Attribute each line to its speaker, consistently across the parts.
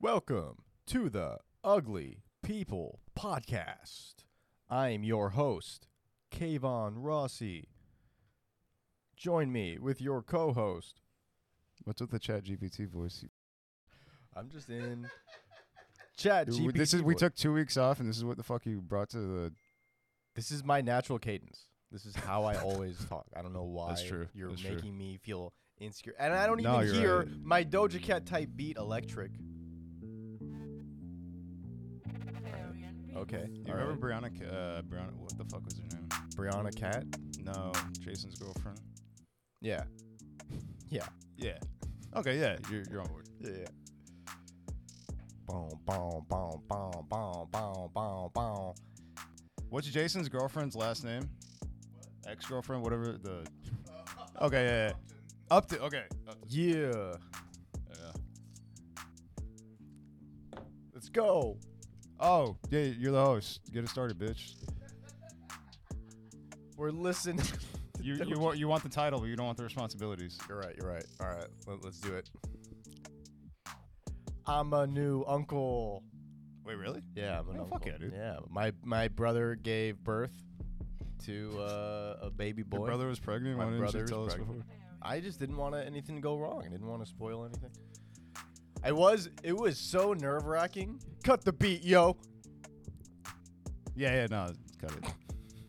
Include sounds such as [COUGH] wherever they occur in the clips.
Speaker 1: Welcome to the Ugly People Podcast. I am your host, Kayvon Rossi. Join me with your co host.
Speaker 2: What's with the Chat GPT voice?
Speaker 1: I'm just
Speaker 2: [LAUGHS]
Speaker 1: in chat.
Speaker 2: Dude, we-
Speaker 1: GPT.
Speaker 2: This is we
Speaker 1: voice.
Speaker 2: took two weeks off, and this is what the fuck you brought to the.
Speaker 1: This is my natural cadence. This is how I
Speaker 2: [LAUGHS]
Speaker 1: always talk. I don't know why
Speaker 2: That's true.
Speaker 1: you're
Speaker 2: That's true.
Speaker 1: making me feel insecure. And I don't
Speaker 2: No,
Speaker 1: even
Speaker 2: you're
Speaker 1: hear
Speaker 2: right.
Speaker 1: my Doja Cat type beat electric. Okay.
Speaker 2: You
Speaker 1: all right.
Speaker 2: remember Brianna? Ca- Uh, Brianna, what the fuck was her name?
Speaker 1: Brianna Cat?
Speaker 2: No, Jason's girlfriend.
Speaker 1: Yeah. Yeah.
Speaker 2: Yeah. Okay, yeah, you're, you're on board.
Speaker 1: Yeah. Boom, boom, boom, boom, boom, boom, boom, boom.
Speaker 2: What's Jason's girlfriend's last name? Ex girlfriend, whatever the. Okay, yeah, yeah. Up to okay. Upton.
Speaker 1: Yeah.
Speaker 2: Yeah.
Speaker 1: Let's go.
Speaker 2: Oh, yeah, you're the host. Get it started, bitch.
Speaker 1: We're [LAUGHS] listening.
Speaker 2: You [LAUGHS] you want you want the title, but you don't want the responsibilities.
Speaker 1: You're right. You're right. All right. Let, let's do it. I'm a new uncle.
Speaker 2: Wait, really?
Speaker 1: Yeah, I'm an
Speaker 2: Oh,
Speaker 1: uncle.
Speaker 2: fuck yeah, dude.
Speaker 1: Yeah, my my brother gave birth to uh, a baby boy.
Speaker 2: Your brother was pregnant.
Speaker 1: My
Speaker 2: Why didn't
Speaker 1: brother
Speaker 2: you
Speaker 1: is
Speaker 2: tell us
Speaker 1: pregnant.
Speaker 2: before?
Speaker 1: I just didn't want anything to go wrong. I didn't want to spoil anything. I was. It was so nerve wracking. Cut the beat, yo.
Speaker 2: Yeah, yeah, no, cut it.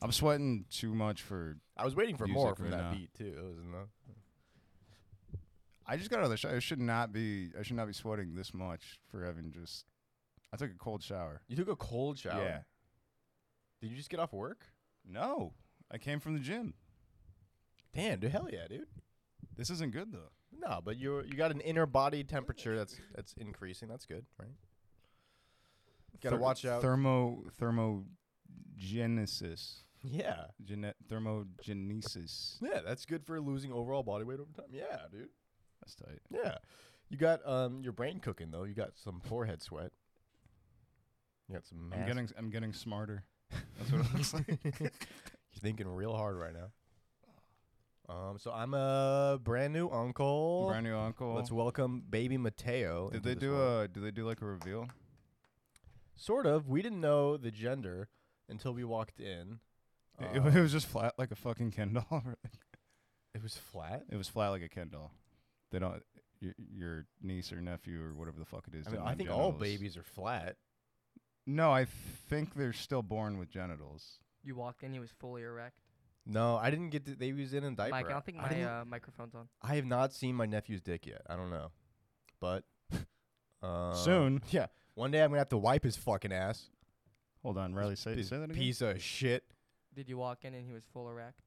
Speaker 2: I'm sweating too much for.
Speaker 1: I was waiting for
Speaker 2: Music
Speaker 1: more from
Speaker 2: right
Speaker 1: that
Speaker 2: now.
Speaker 1: beat too. It was enough.
Speaker 2: I just got out of the shower. I should not be. I should not be sweating this much for having just. I took a cold shower.
Speaker 1: You took a cold shower.
Speaker 2: Yeah.
Speaker 1: Did you just get off work?
Speaker 2: No, I came from the gym.
Speaker 1: Damn, dude. Hell yeah, dude.
Speaker 2: This isn't good though.
Speaker 1: No, but you you got an inner body temperature that's that's increasing. That's good, right? Gotta
Speaker 2: Ther-
Speaker 1: watch out.
Speaker 2: Thermo thermogenesis.
Speaker 1: yeah.
Speaker 2: Gene- thermogenesis.
Speaker 1: Yeah, that's good for losing overall body weight over time. Yeah, dude.
Speaker 2: That's tight.
Speaker 1: Yeah. You got um your brain cooking though. You got some forehead sweat. You got some.
Speaker 2: I'm
Speaker 1: mass-
Speaker 2: getting. I'm getting smarter. [LAUGHS] That's what it
Speaker 1: [LAUGHS]
Speaker 2: looks like.
Speaker 1: You're thinking real hard right now. Um, so I'm a brand new uncle.
Speaker 2: Brand new uncle.
Speaker 1: Let's welcome baby Mateo.
Speaker 2: did
Speaker 1: into
Speaker 2: they
Speaker 1: this
Speaker 2: do
Speaker 1: world.
Speaker 2: a? Did they do like a reveal?
Speaker 1: sort of? We didn't know the gender until we walked in.
Speaker 2: It-
Speaker 1: Uh,
Speaker 2: it, was just flat like a fucking Ken doll. [LAUGHS]
Speaker 1: it was flat.
Speaker 2: It was flat like a Ken doll. They don't. Your, your niece or nephew or whatever the fuck it is.
Speaker 1: I mean,
Speaker 2: didn't
Speaker 1: I
Speaker 2: have
Speaker 1: think all
Speaker 2: genitals.
Speaker 1: babies are flat.
Speaker 2: No, I think they're still born with genitals.
Speaker 3: You walked in, he was fully erect.
Speaker 1: No, I didn't get. To, they was in a diaper.
Speaker 3: Mike, I don't think my
Speaker 1: didn't-
Speaker 3: uh, microphone's on.
Speaker 1: I have not seen my nephew's dick yet. I don't know,
Speaker 2: [LAUGHS]
Speaker 1: but uh,
Speaker 2: Soon.
Speaker 1: [LAUGHS] Yeah, one day I'm gonna have to wipe his fucking ass.
Speaker 2: Hold on, Riley. Say,
Speaker 1: This
Speaker 2: say that again.
Speaker 1: piece of shit.
Speaker 3: Did you walk in and he was full erect?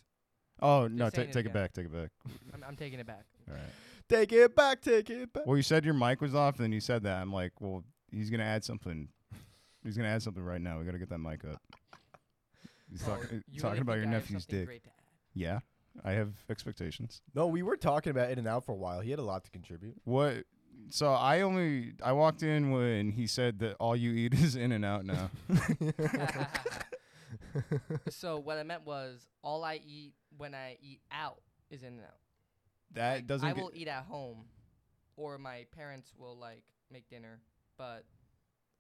Speaker 2: Oh no,
Speaker 3: saying
Speaker 2: take
Speaker 3: it
Speaker 2: take it
Speaker 3: again.
Speaker 2: back. Take it back.
Speaker 3: I'm, I'm taking it back.
Speaker 2: All right.
Speaker 1: Take it back. Take it back.
Speaker 2: Well, you said your mic was off, and then you said that. I'm like, well, he's gonna add something. He's gonna add something right now. We gotta get that mic up. He's
Speaker 3: Oh,
Speaker 2: talking
Speaker 3: you
Speaker 2: talking about
Speaker 3: really think
Speaker 2: your
Speaker 3: I have
Speaker 2: nephew's
Speaker 3: something
Speaker 2: dick.
Speaker 3: great to add?
Speaker 2: Yeah, I have expectations.
Speaker 1: No, we were talking about in and out for a while. He had a lot to contribute.
Speaker 2: What? So I only I walked in when he said that all you eat [LAUGHS] is In and Out now. [LAUGHS]
Speaker 3: so what I meant was, all I eat when I eat out is in and out.
Speaker 2: that
Speaker 3: [LAUGHS] Like,
Speaker 2: doesn't.
Speaker 3: I
Speaker 2: get-
Speaker 3: will eat at home, or my parents will like make dinner. But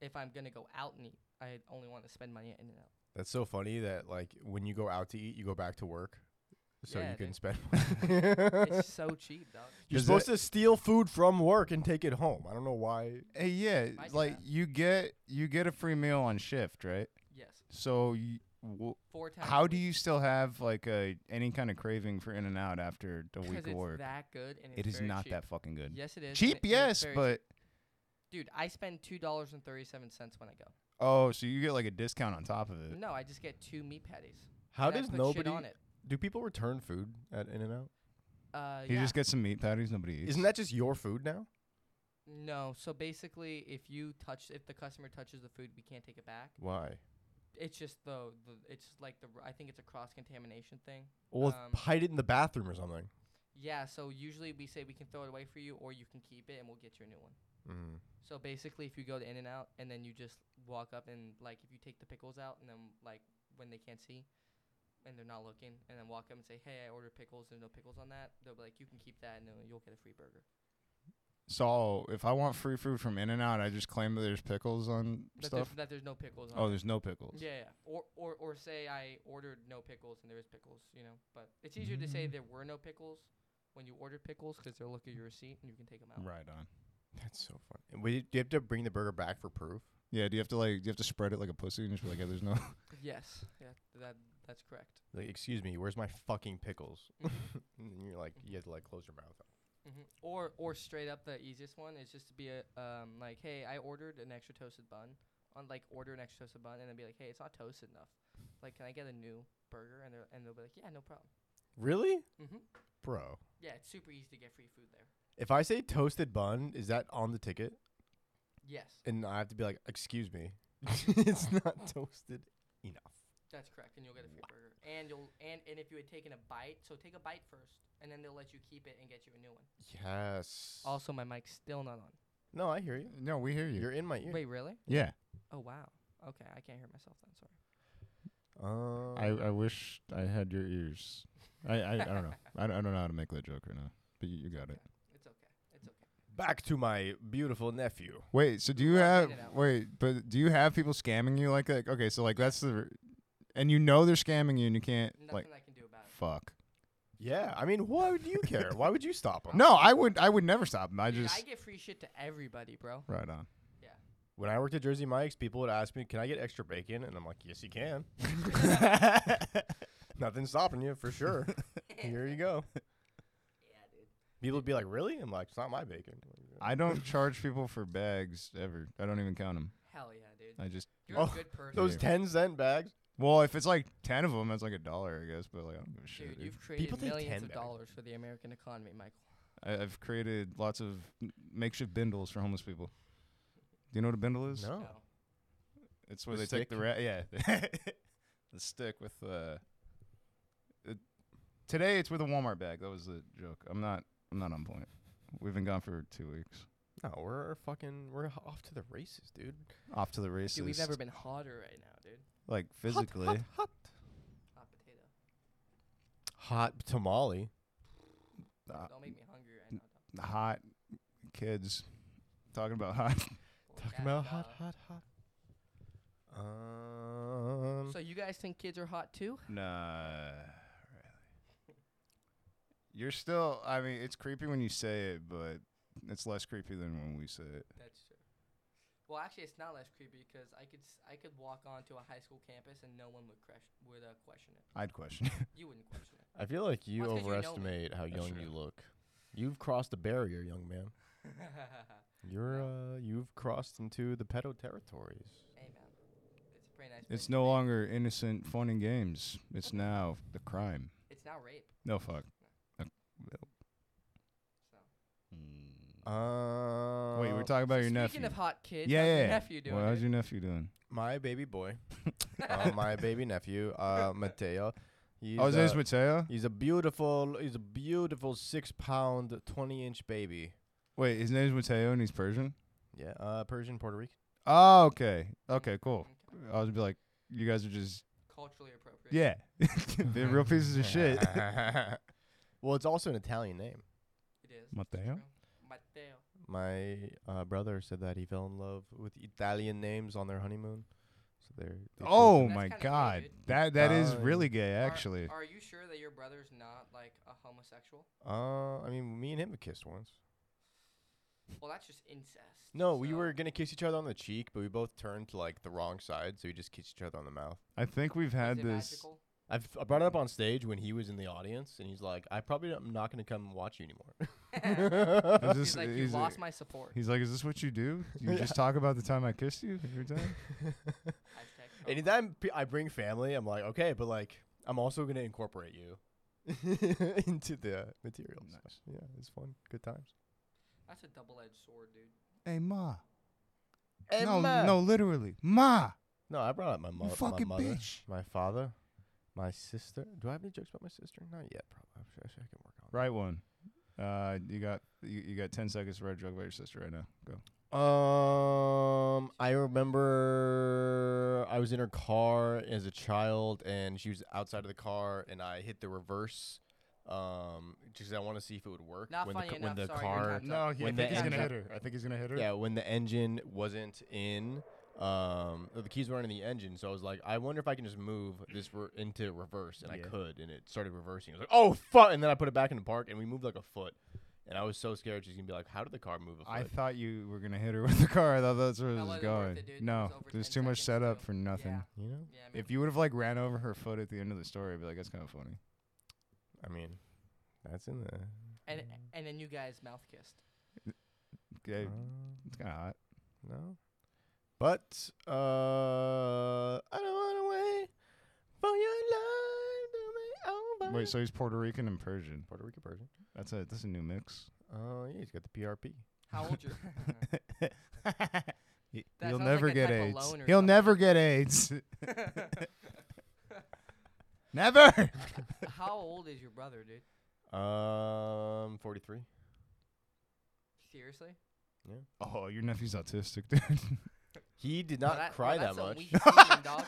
Speaker 3: if I'm gonna go out and eat, I only want to spend money at in and out.
Speaker 1: That's so funny that like when you go out to eat, you go back to work, so
Speaker 3: Yeah,
Speaker 1: you can
Speaker 3: dude.
Speaker 1: spend.
Speaker 3: [LAUGHS]
Speaker 1: [LAUGHS]
Speaker 2: [LAUGHS]
Speaker 3: It's so cheap, dog.
Speaker 1: You're
Speaker 2: Does
Speaker 1: supposed
Speaker 2: it-
Speaker 1: to steal food from work and take it home. I don't know why.
Speaker 2: Hey, yeah,
Speaker 3: I do
Speaker 2: like
Speaker 3: that.
Speaker 2: you get you get a free meal on shift, right?
Speaker 3: Yes,
Speaker 2: So you, w-
Speaker 3: four times.
Speaker 2: how
Speaker 3: a
Speaker 2: do
Speaker 3: week.
Speaker 2: you still have like a any kind of craving for In and Out after a
Speaker 3: Because
Speaker 2: week of
Speaker 3: it's
Speaker 2: work?
Speaker 3: that good, and
Speaker 2: It
Speaker 3: it's
Speaker 2: is
Speaker 3: very
Speaker 2: not
Speaker 3: cheap.
Speaker 2: that fucking good.
Speaker 3: Yes, it is. and
Speaker 2: Cheap,
Speaker 3: it- and
Speaker 2: yes,
Speaker 3: it's very cheap.
Speaker 2: but
Speaker 3: Dude, I spend two dollars and thirty seven cents when I go.
Speaker 2: oh, so you get like a discount on top of it?
Speaker 3: No, I just get two meat patties.
Speaker 1: How
Speaker 3: and I
Speaker 1: does
Speaker 3: put
Speaker 1: nobody?
Speaker 3: shit on it? Do
Speaker 1: Do people return food at In and Out?
Speaker 3: uh,
Speaker 2: You
Speaker 3: yeah.
Speaker 2: just get some meat patties. Nobody eats.
Speaker 1: Isn't that just your food now?
Speaker 3: no? So basically, if you touch, if the customer touches the food, we can't take it back.
Speaker 1: Why?
Speaker 3: It's just the, the it's just like the r- I think it's a cross contamination thing.
Speaker 1: Well,
Speaker 3: Um,
Speaker 1: hide it in the bathroom or something.
Speaker 3: Yeah. So usually we say we can throw it away for you, or you can keep it and we'll get you a new one.
Speaker 1: Mm.
Speaker 3: So basically, if you go to In and Out and then you just walk up and like if you take the pickles out and then like when they can't see and they're not looking and then walk up and say, "Hey, I ordered pickles. There's no pickles on that." They'll be like, "You can keep that and then you'll get a free burger."
Speaker 2: So if I want free food from In and Out, I just claim that there's pickles on
Speaker 3: That there's,
Speaker 2: stuff.
Speaker 3: that there's no pickles.
Speaker 2: Oh,
Speaker 3: On it.
Speaker 2: there's no pickles.
Speaker 3: Yeah, yeah. Or, or or say I ordered no pickles and there is pickles, you know. But it's easier to say
Speaker 2: Mm.
Speaker 3: there were no pickles when you ordered pickles 'cause they'll look at your receipt and you can take 'em out.
Speaker 2: Right on.
Speaker 1: That's so funny. And we, do you have to bring the burger back for proof?
Speaker 2: Yeah. Do you have to like? Do you have to spread it like a pussy and just be like, yeah, there's no.
Speaker 3: Yes, yeah, that that's correct.
Speaker 1: Like, excuse me, where's my fucking pickles? [LAUGHS]
Speaker 3: Mhm.
Speaker 1: and then you're like, you have to like close your mouth. Up.
Speaker 3: hmm Or or straight up the easiest one is just to be a um like hey I ordered an extra toasted bun on like order an extra toasted bun and then be like hey it's not toasted enough like can I get a new burger and they and they'll be like yeah no problem
Speaker 1: Really,
Speaker 3: mm-hmm.
Speaker 1: bro?
Speaker 3: yeah it's super easy to get free food there
Speaker 1: If I say toasted bun, is that on the ticket?
Speaker 3: yes
Speaker 1: And I have to be like, excuse
Speaker 2: [LAUGHS]
Speaker 1: me, [LAUGHS] it's not toasted enough.
Speaker 3: that's correct and you'll get a free burger and you'll and and if you had taken a bite so take a bite first and then they'll let you keep it and get you a new one
Speaker 1: Yes.
Speaker 3: also my mic's still not on
Speaker 1: no, I hear you.
Speaker 2: [LAUGHS] No, we hear you.
Speaker 1: You're in my ear.
Speaker 3: wait really
Speaker 2: yeah.
Speaker 3: oh wow okay I can't hear myself then sorry Oh.
Speaker 1: Um,
Speaker 2: I, uh, I wish I had your ears. I, I, I don't
Speaker 3: [LAUGHS]
Speaker 2: know. I, don't- I don't know how to make that joke right now. But you, you got it.
Speaker 3: it's okay it's okay
Speaker 1: back to my beautiful nephew.
Speaker 2: Wait. So do you
Speaker 3: I'll
Speaker 2: have?
Speaker 3: edit it out.
Speaker 2: Wait. But do you have people scamming you like that? Okay. So like that's the, and you know they're scamming you and you can't like.
Speaker 3: nothing I can do about it
Speaker 2: Fuck.
Speaker 1: Yeah, I mean, why would you
Speaker 2: [LAUGHS]
Speaker 1: care? why would you stop him?
Speaker 2: No, I would. I would never stop 'em. I
Speaker 3: Dude,
Speaker 2: just.
Speaker 3: I get free shit to everybody bro
Speaker 2: right
Speaker 3: [LAUGHS]
Speaker 2: on.
Speaker 1: When I worked at Jersey Mike's, people would ask me, "Can I get extra bacon?" And I'm like, "Yes, you
Speaker 2: [LAUGHS]
Speaker 1: can." Nothing's stopping you for sure. Here you
Speaker 2: [LAUGHS]
Speaker 1: go.
Speaker 3: yeah dude.
Speaker 1: People would be like, "Really?" I'm like, "It's not my bacon."
Speaker 2: I don't charge people for bags ever. I don't even count them.
Speaker 3: Hell yeah, dude.
Speaker 2: I just.
Speaker 3: You're
Speaker 1: Oh,
Speaker 3: a good person.
Speaker 2: [LAUGHS]
Speaker 1: Those
Speaker 2: Yeah.
Speaker 1: ten cent bags.
Speaker 2: Well, if it's like ten of them, that's like a dollar, I guess. But like, I don't give a shit.
Speaker 3: dude,
Speaker 2: dude.
Speaker 3: you've created
Speaker 1: People think
Speaker 3: millions
Speaker 1: 10
Speaker 3: of
Speaker 1: bags.
Speaker 3: dollars for the American economy, Michael.
Speaker 2: I, I've created lots of m- makeshift bindles for homeless people. Do you know what a bindle is?
Speaker 1: No.
Speaker 2: It's where
Speaker 1: The
Speaker 2: they take the
Speaker 1: stick?
Speaker 2: rat. Yeah, [LAUGHS] the stick with uh. It, today it's with a Walmart bag. That was the joke. I'm not. I'm not on point. We've been gone for two weeks.
Speaker 1: No, we're fucking we're h- off to the races, dude.
Speaker 2: Off to the races.
Speaker 3: Dude, we've never been hotter right now, dude.
Speaker 2: like physically.
Speaker 1: hot, hot,
Speaker 3: Hot potato.
Speaker 1: hot tamale.
Speaker 2: Uh,
Speaker 3: Don't make me hungry right now. dog.
Speaker 2: hot kids talking about hot.
Speaker 3: Or
Speaker 1: Talking
Speaker 3: cat, uh,
Speaker 1: about hot,
Speaker 3: dog.
Speaker 1: hot, hot. Um,
Speaker 2: um,
Speaker 3: So you guys think kids are hot too?
Speaker 2: Nah, really. You're still. I mean, it's creepy when you say it, but it's less creepy than when we say it.
Speaker 3: That's true. Well, actually, it's not less creepy because I could s- I could walk onto a high school campus and no one would crash, would uh, question it.
Speaker 2: I'd question. it.
Speaker 3: You wouldn't question it.
Speaker 1: I feel like you
Speaker 3: Well, it's 'cause you know me.
Speaker 1: overestimate how
Speaker 2: That's
Speaker 1: young
Speaker 2: true.
Speaker 1: you look. You've crossed a barrier, young man.
Speaker 2: [LAUGHS]
Speaker 1: You're uh, you've crossed into the pedo territories.
Speaker 3: hey man, it's a pretty nice. place
Speaker 2: It's
Speaker 3: to
Speaker 2: no
Speaker 3: be.
Speaker 2: longer innocent fun and games. It's now the crime.
Speaker 3: It's now rape.
Speaker 2: No fuck.
Speaker 3: So.
Speaker 1: Hmm. Uh,
Speaker 2: Wait, we're talking about your
Speaker 3: Speaking
Speaker 2: nephew.
Speaker 3: of hot kids,
Speaker 2: yeah,
Speaker 3: how's
Speaker 2: yeah.
Speaker 3: your
Speaker 2: yeah.
Speaker 3: nephew doing? eh?
Speaker 2: Well, how's
Speaker 3: dude?
Speaker 2: your nephew doing?
Speaker 1: my baby [LAUGHS] boy, uh, my baby nephew, [LAUGHS] uh, Mateo. He's,
Speaker 2: oh, is
Speaker 1: uh,
Speaker 2: this Mateo?
Speaker 1: he's a beautiful, he's a beautiful six pound, twenty inch baby.
Speaker 2: Wait, his name's Mateo and he's Persian.
Speaker 1: Yeah, uh, Persian, Puerto Rican.
Speaker 2: Oh, okay. Okay, cool.
Speaker 3: Okay.
Speaker 2: I was be like, you guys are just
Speaker 3: Culturally appropriate.
Speaker 2: yeah, [LAUGHS] they're real pieces of shit.
Speaker 1: [LAUGHS] well, it's also an Italian name.
Speaker 3: It is.
Speaker 2: Matteo?
Speaker 3: True. Matteo.
Speaker 1: My uh, brother said that he fell in love with Italian names on their honeymoon. So they're they chose
Speaker 2: Oh
Speaker 1: them.
Speaker 3: That's
Speaker 2: my
Speaker 3: kinda gay,
Speaker 2: god,
Speaker 3: dude.
Speaker 2: that that is
Speaker 1: Fine.
Speaker 2: really gay,
Speaker 3: Are-
Speaker 2: actually.
Speaker 3: Are, you sure that your brother's not like a homosexual?
Speaker 1: Uh, I mean, me and him kissed once.
Speaker 3: Well, that's just incest.
Speaker 1: No, we
Speaker 3: so-
Speaker 1: were gonna kiss each other on the cheek, but we both turned to like the wrong side, so we just kissed each other on the mouth.
Speaker 2: I think we've
Speaker 3: Is
Speaker 2: had
Speaker 3: it
Speaker 2: this.
Speaker 3: magical?
Speaker 1: [LAUGHS]
Speaker 3: [LAUGHS]
Speaker 1: I've, I brought it up on stage when he was in the audience, and he's like, "I probably am not gonna come watch you [LAUGHS] anymore."
Speaker 2: Is
Speaker 3: He's
Speaker 2: this
Speaker 3: like, you
Speaker 2: is it-
Speaker 3: lost my support.
Speaker 2: he's like, is this what you [LAUGHS] do? You
Speaker 1: Yeah.
Speaker 2: just talk about the time I kissed you
Speaker 1: [LAUGHS]
Speaker 2: every [LAUGHS] time?
Speaker 3: Hashtag trauma.
Speaker 1: Anytime p- I bring family, I'm like, okay, but like, I'm also gonna incorporate you [LAUGHS] into the material. So,
Speaker 2: Nice.
Speaker 1: yeah, it's fun, good times.
Speaker 3: That's a double-edged sword, dude.
Speaker 2: Hey ma.
Speaker 1: Emma!
Speaker 2: No, no, literally, ma.
Speaker 1: no, I brought up my, mo-
Speaker 2: you fucking
Speaker 1: my mother,
Speaker 2: bitch.
Speaker 1: my father, my sister. Do I have any jokes about my sister? Not yet, probably. I'm sure, I sure I can work on. it.
Speaker 2: Right one. Uh, you got you, you got ten seconds to write a joke about your sister right now. Go.
Speaker 1: Um, I remember I was in her car as a child, and she was outside of the car, and I hit the reverse Um, just I want to see if it would work
Speaker 3: Not
Speaker 1: when the
Speaker 3: funny
Speaker 1: ca- when
Speaker 3: enough,
Speaker 1: the
Speaker 3: sorry, you're
Speaker 1: car
Speaker 3: time's up.
Speaker 2: No, he, I
Speaker 1: When
Speaker 2: think
Speaker 1: the
Speaker 2: he's gonna hit
Speaker 1: engine-
Speaker 2: her. I think he's gonna hit her.
Speaker 1: yeah when the engine wasn't in. Um, the keys weren't in the engine, so I was like, I wonder if I can just move this re- into reverse, and I
Speaker 2: Yeah.
Speaker 1: could, and it started reversing. I was like, oh fuck! And then I put it back in the park, and we moved like a foot, and I was so scared she's gonna be like, how did the car move a foot?
Speaker 2: I thought you were gonna hit her [LAUGHS] with the car. I thought that's where it
Speaker 3: That
Speaker 2: was
Speaker 3: wasn't worth
Speaker 2: going.
Speaker 3: it, dude. It
Speaker 2: no,
Speaker 3: was over
Speaker 2: there's
Speaker 3: 10
Speaker 2: too much
Speaker 3: seconds,
Speaker 2: setup
Speaker 3: too.
Speaker 2: for nothing.
Speaker 3: Yeah.
Speaker 1: you know,
Speaker 3: Yeah, I mean,
Speaker 2: If you would have like ran over her foot at the end of the story, I'd be like, that's kind of funny.
Speaker 1: I mean, that's in the.
Speaker 3: and and then you guys mouth kissed.
Speaker 2: Okay,
Speaker 1: Uh,
Speaker 2: it's kind of hot.
Speaker 1: No. But uh I don't wanna wait for your love to be over.
Speaker 2: Wait, so he's Puerto Rican and Persian.
Speaker 1: Puerto Rican version.
Speaker 2: That's a that's a new
Speaker 3: [LAUGHS]
Speaker 2: mix.
Speaker 1: Oh yeah, he's got the PRP.
Speaker 3: How old you?
Speaker 2: He-
Speaker 3: That
Speaker 2: He'll
Speaker 3: sounds like
Speaker 2: never
Speaker 3: a
Speaker 2: get
Speaker 3: type of
Speaker 2: AIDS.
Speaker 3: loan or
Speaker 2: He'll
Speaker 3: something.
Speaker 2: never get
Speaker 3: [LAUGHS]
Speaker 2: AIDS. never.
Speaker 3: [LAUGHS] How old is your brother, dude?
Speaker 1: Um forty three.
Speaker 3: Seriously?
Speaker 2: Oh, your nephew's autistic, dude.
Speaker 1: He did
Speaker 3: Well,
Speaker 1: not
Speaker 3: that-
Speaker 1: cry
Speaker 3: well, that's
Speaker 1: that
Speaker 3: a
Speaker 1: much.
Speaker 3: weak
Speaker 1: [LAUGHS]
Speaker 3: demon, dog.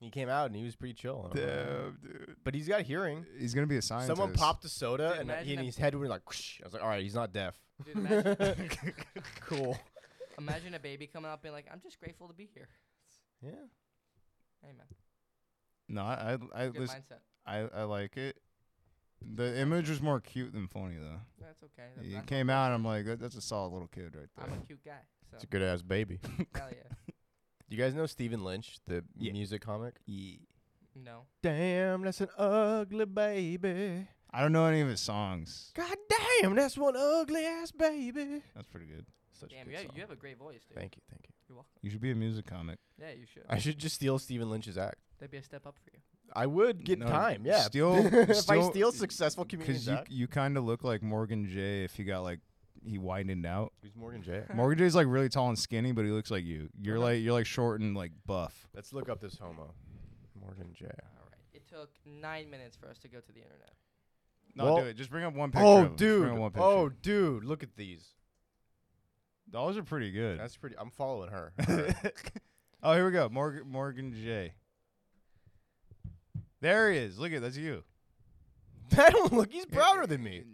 Speaker 1: He came out and he was pretty chill. I don't know.
Speaker 2: Damn, dude.
Speaker 1: But he's got hearing.
Speaker 2: He's gonna be a scientist.
Speaker 1: Someone popped a soda
Speaker 3: Dude,
Speaker 1: and, that- he,
Speaker 3: imagine
Speaker 1: and
Speaker 3: if-
Speaker 1: his head went like whoosh. I was like, all right, he's not deaf.
Speaker 3: Dude, imagine,
Speaker 1: [LAUGHS] cool.
Speaker 3: imagine a baby coming out being like, "I'm just grateful to be here."
Speaker 1: Yeah.
Speaker 3: Amen.
Speaker 2: No, I I I,
Speaker 3: Good
Speaker 2: listen,
Speaker 3: mindset.
Speaker 2: I I like it. The image was more cute than funny though.
Speaker 3: That's okay. That-
Speaker 2: It
Speaker 3: that's
Speaker 2: came out, I'm like, that, that's a solid little kid right
Speaker 3: I'm
Speaker 2: there.
Speaker 3: a cute guy, so
Speaker 1: It's a good ass baby.
Speaker 2: [LAUGHS]
Speaker 3: [LAUGHS] hell yeah.
Speaker 1: Do you guys know Stephen Lynch, the
Speaker 2: Yeah.
Speaker 1: music comic? [LAUGHS]
Speaker 3: No,
Speaker 1: Damn, that's an ugly baby.
Speaker 2: I don't know any of his songs.
Speaker 1: God damn, that's one ugly ass baby.
Speaker 2: That's pretty good.
Speaker 1: Such
Speaker 3: damn, you have, you have a great voice, dude.
Speaker 1: Thank you, thank you.
Speaker 3: You're welcome.
Speaker 2: You should be a music comic.
Speaker 3: Yeah, you should.
Speaker 1: I should just steal Stephen Lynch's act.
Speaker 3: That'd be a step up for you.
Speaker 1: I would get
Speaker 2: No,
Speaker 1: time, yeah. [LAUGHS]
Speaker 2: steal- [LAUGHS]
Speaker 1: if I
Speaker 2: steal-
Speaker 1: steal successful
Speaker 2: Because
Speaker 1: comedians'
Speaker 2: you
Speaker 1: act.
Speaker 2: you kind of look like Morgan Jay if he got like he widened out.
Speaker 1: Who's Morgan Jay?
Speaker 3: Uh-huh.
Speaker 2: Morgan Jay's like really tall and skinny, but he looks like you. You're
Speaker 1: Okay.
Speaker 2: like you're like short and like buff.
Speaker 1: Let's look up this homo. Morgan Jay.
Speaker 3: All right. It took nine minutes for us to go to the internet.
Speaker 2: No,
Speaker 1: Well-
Speaker 2: do it. Just bring up one picture. of
Speaker 1: Oh,
Speaker 2: him. Just bring
Speaker 1: dude.
Speaker 2: up one picture.
Speaker 1: Oh, dude. Look at these.
Speaker 2: those are pretty good.
Speaker 1: That's pretty. I'm following [LAUGHS] her. All right.
Speaker 2: oh, here we go. Morgan Morgan Jay. There he is. Look at that's you.
Speaker 1: I don't look. He's browner than me.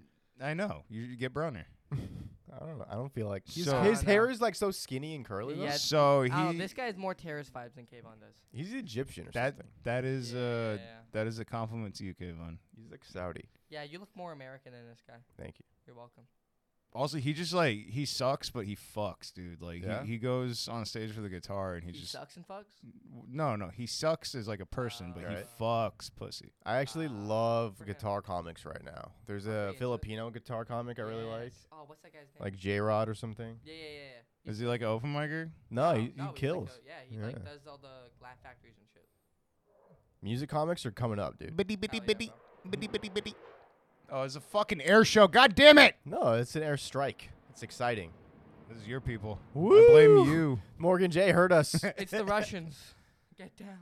Speaker 2: I know. You, you get browner.
Speaker 1: I don't know. I don't feel like he's,
Speaker 2: So-
Speaker 1: his
Speaker 3: No,
Speaker 1: hair
Speaker 3: no.
Speaker 1: is like so skinny and curly. though.
Speaker 3: Yeah, it's-
Speaker 2: so he
Speaker 3: oh, this guy's more terrorist vibes than Kayvon does.
Speaker 1: He's Egyptian or
Speaker 2: that
Speaker 1: something.
Speaker 2: that is uh
Speaker 3: Yeah.
Speaker 2: that is a compliment to you, Kayvon.
Speaker 1: He's like Saudi.
Speaker 3: Yeah, you look more American than this guy.
Speaker 1: Thank you.
Speaker 3: You're welcome.
Speaker 2: Also, he just like he sucks, but he fucks, dude. Like
Speaker 1: Yeah?
Speaker 2: he, he goes on stage for the guitar and he,
Speaker 3: he
Speaker 2: just
Speaker 3: sucks and fucks.
Speaker 2: no no he sucks as like a person, but he
Speaker 1: Alright.
Speaker 2: fucks pussy.
Speaker 1: I actually
Speaker 3: Ah,
Speaker 1: love
Speaker 3: for him.
Speaker 1: guitar comics right now. There's
Speaker 3: Okay,
Speaker 1: a
Speaker 3: so-
Speaker 1: Filipino guitar comic I really like,
Speaker 3: Yes. Oh, what's that guy's name?
Speaker 1: like J Rod or something.
Speaker 3: yeah, yeah, yeah. yeah.
Speaker 2: Is he like an open micer?
Speaker 1: No,
Speaker 3: Oh,
Speaker 1: he, he
Speaker 3: no, he's like
Speaker 1: kills.
Speaker 3: a- yeah, he like
Speaker 1: Yeah.
Speaker 3: does all the glass factories and shit.
Speaker 1: Music comics are coming up, dude.
Speaker 2: Bitty
Speaker 3: Hell yeah, bro.
Speaker 2: bitty bitty bitty. Oh, it's a fucking air show. God damn it!
Speaker 1: No, it's an airstrike. It's exciting.
Speaker 2: This is your people. I
Speaker 1: Woo!
Speaker 2: blame you.
Speaker 1: Morgan J heard [LAUGHS] us.
Speaker 2: [LAUGHS]
Speaker 3: It's the Russians. Get down.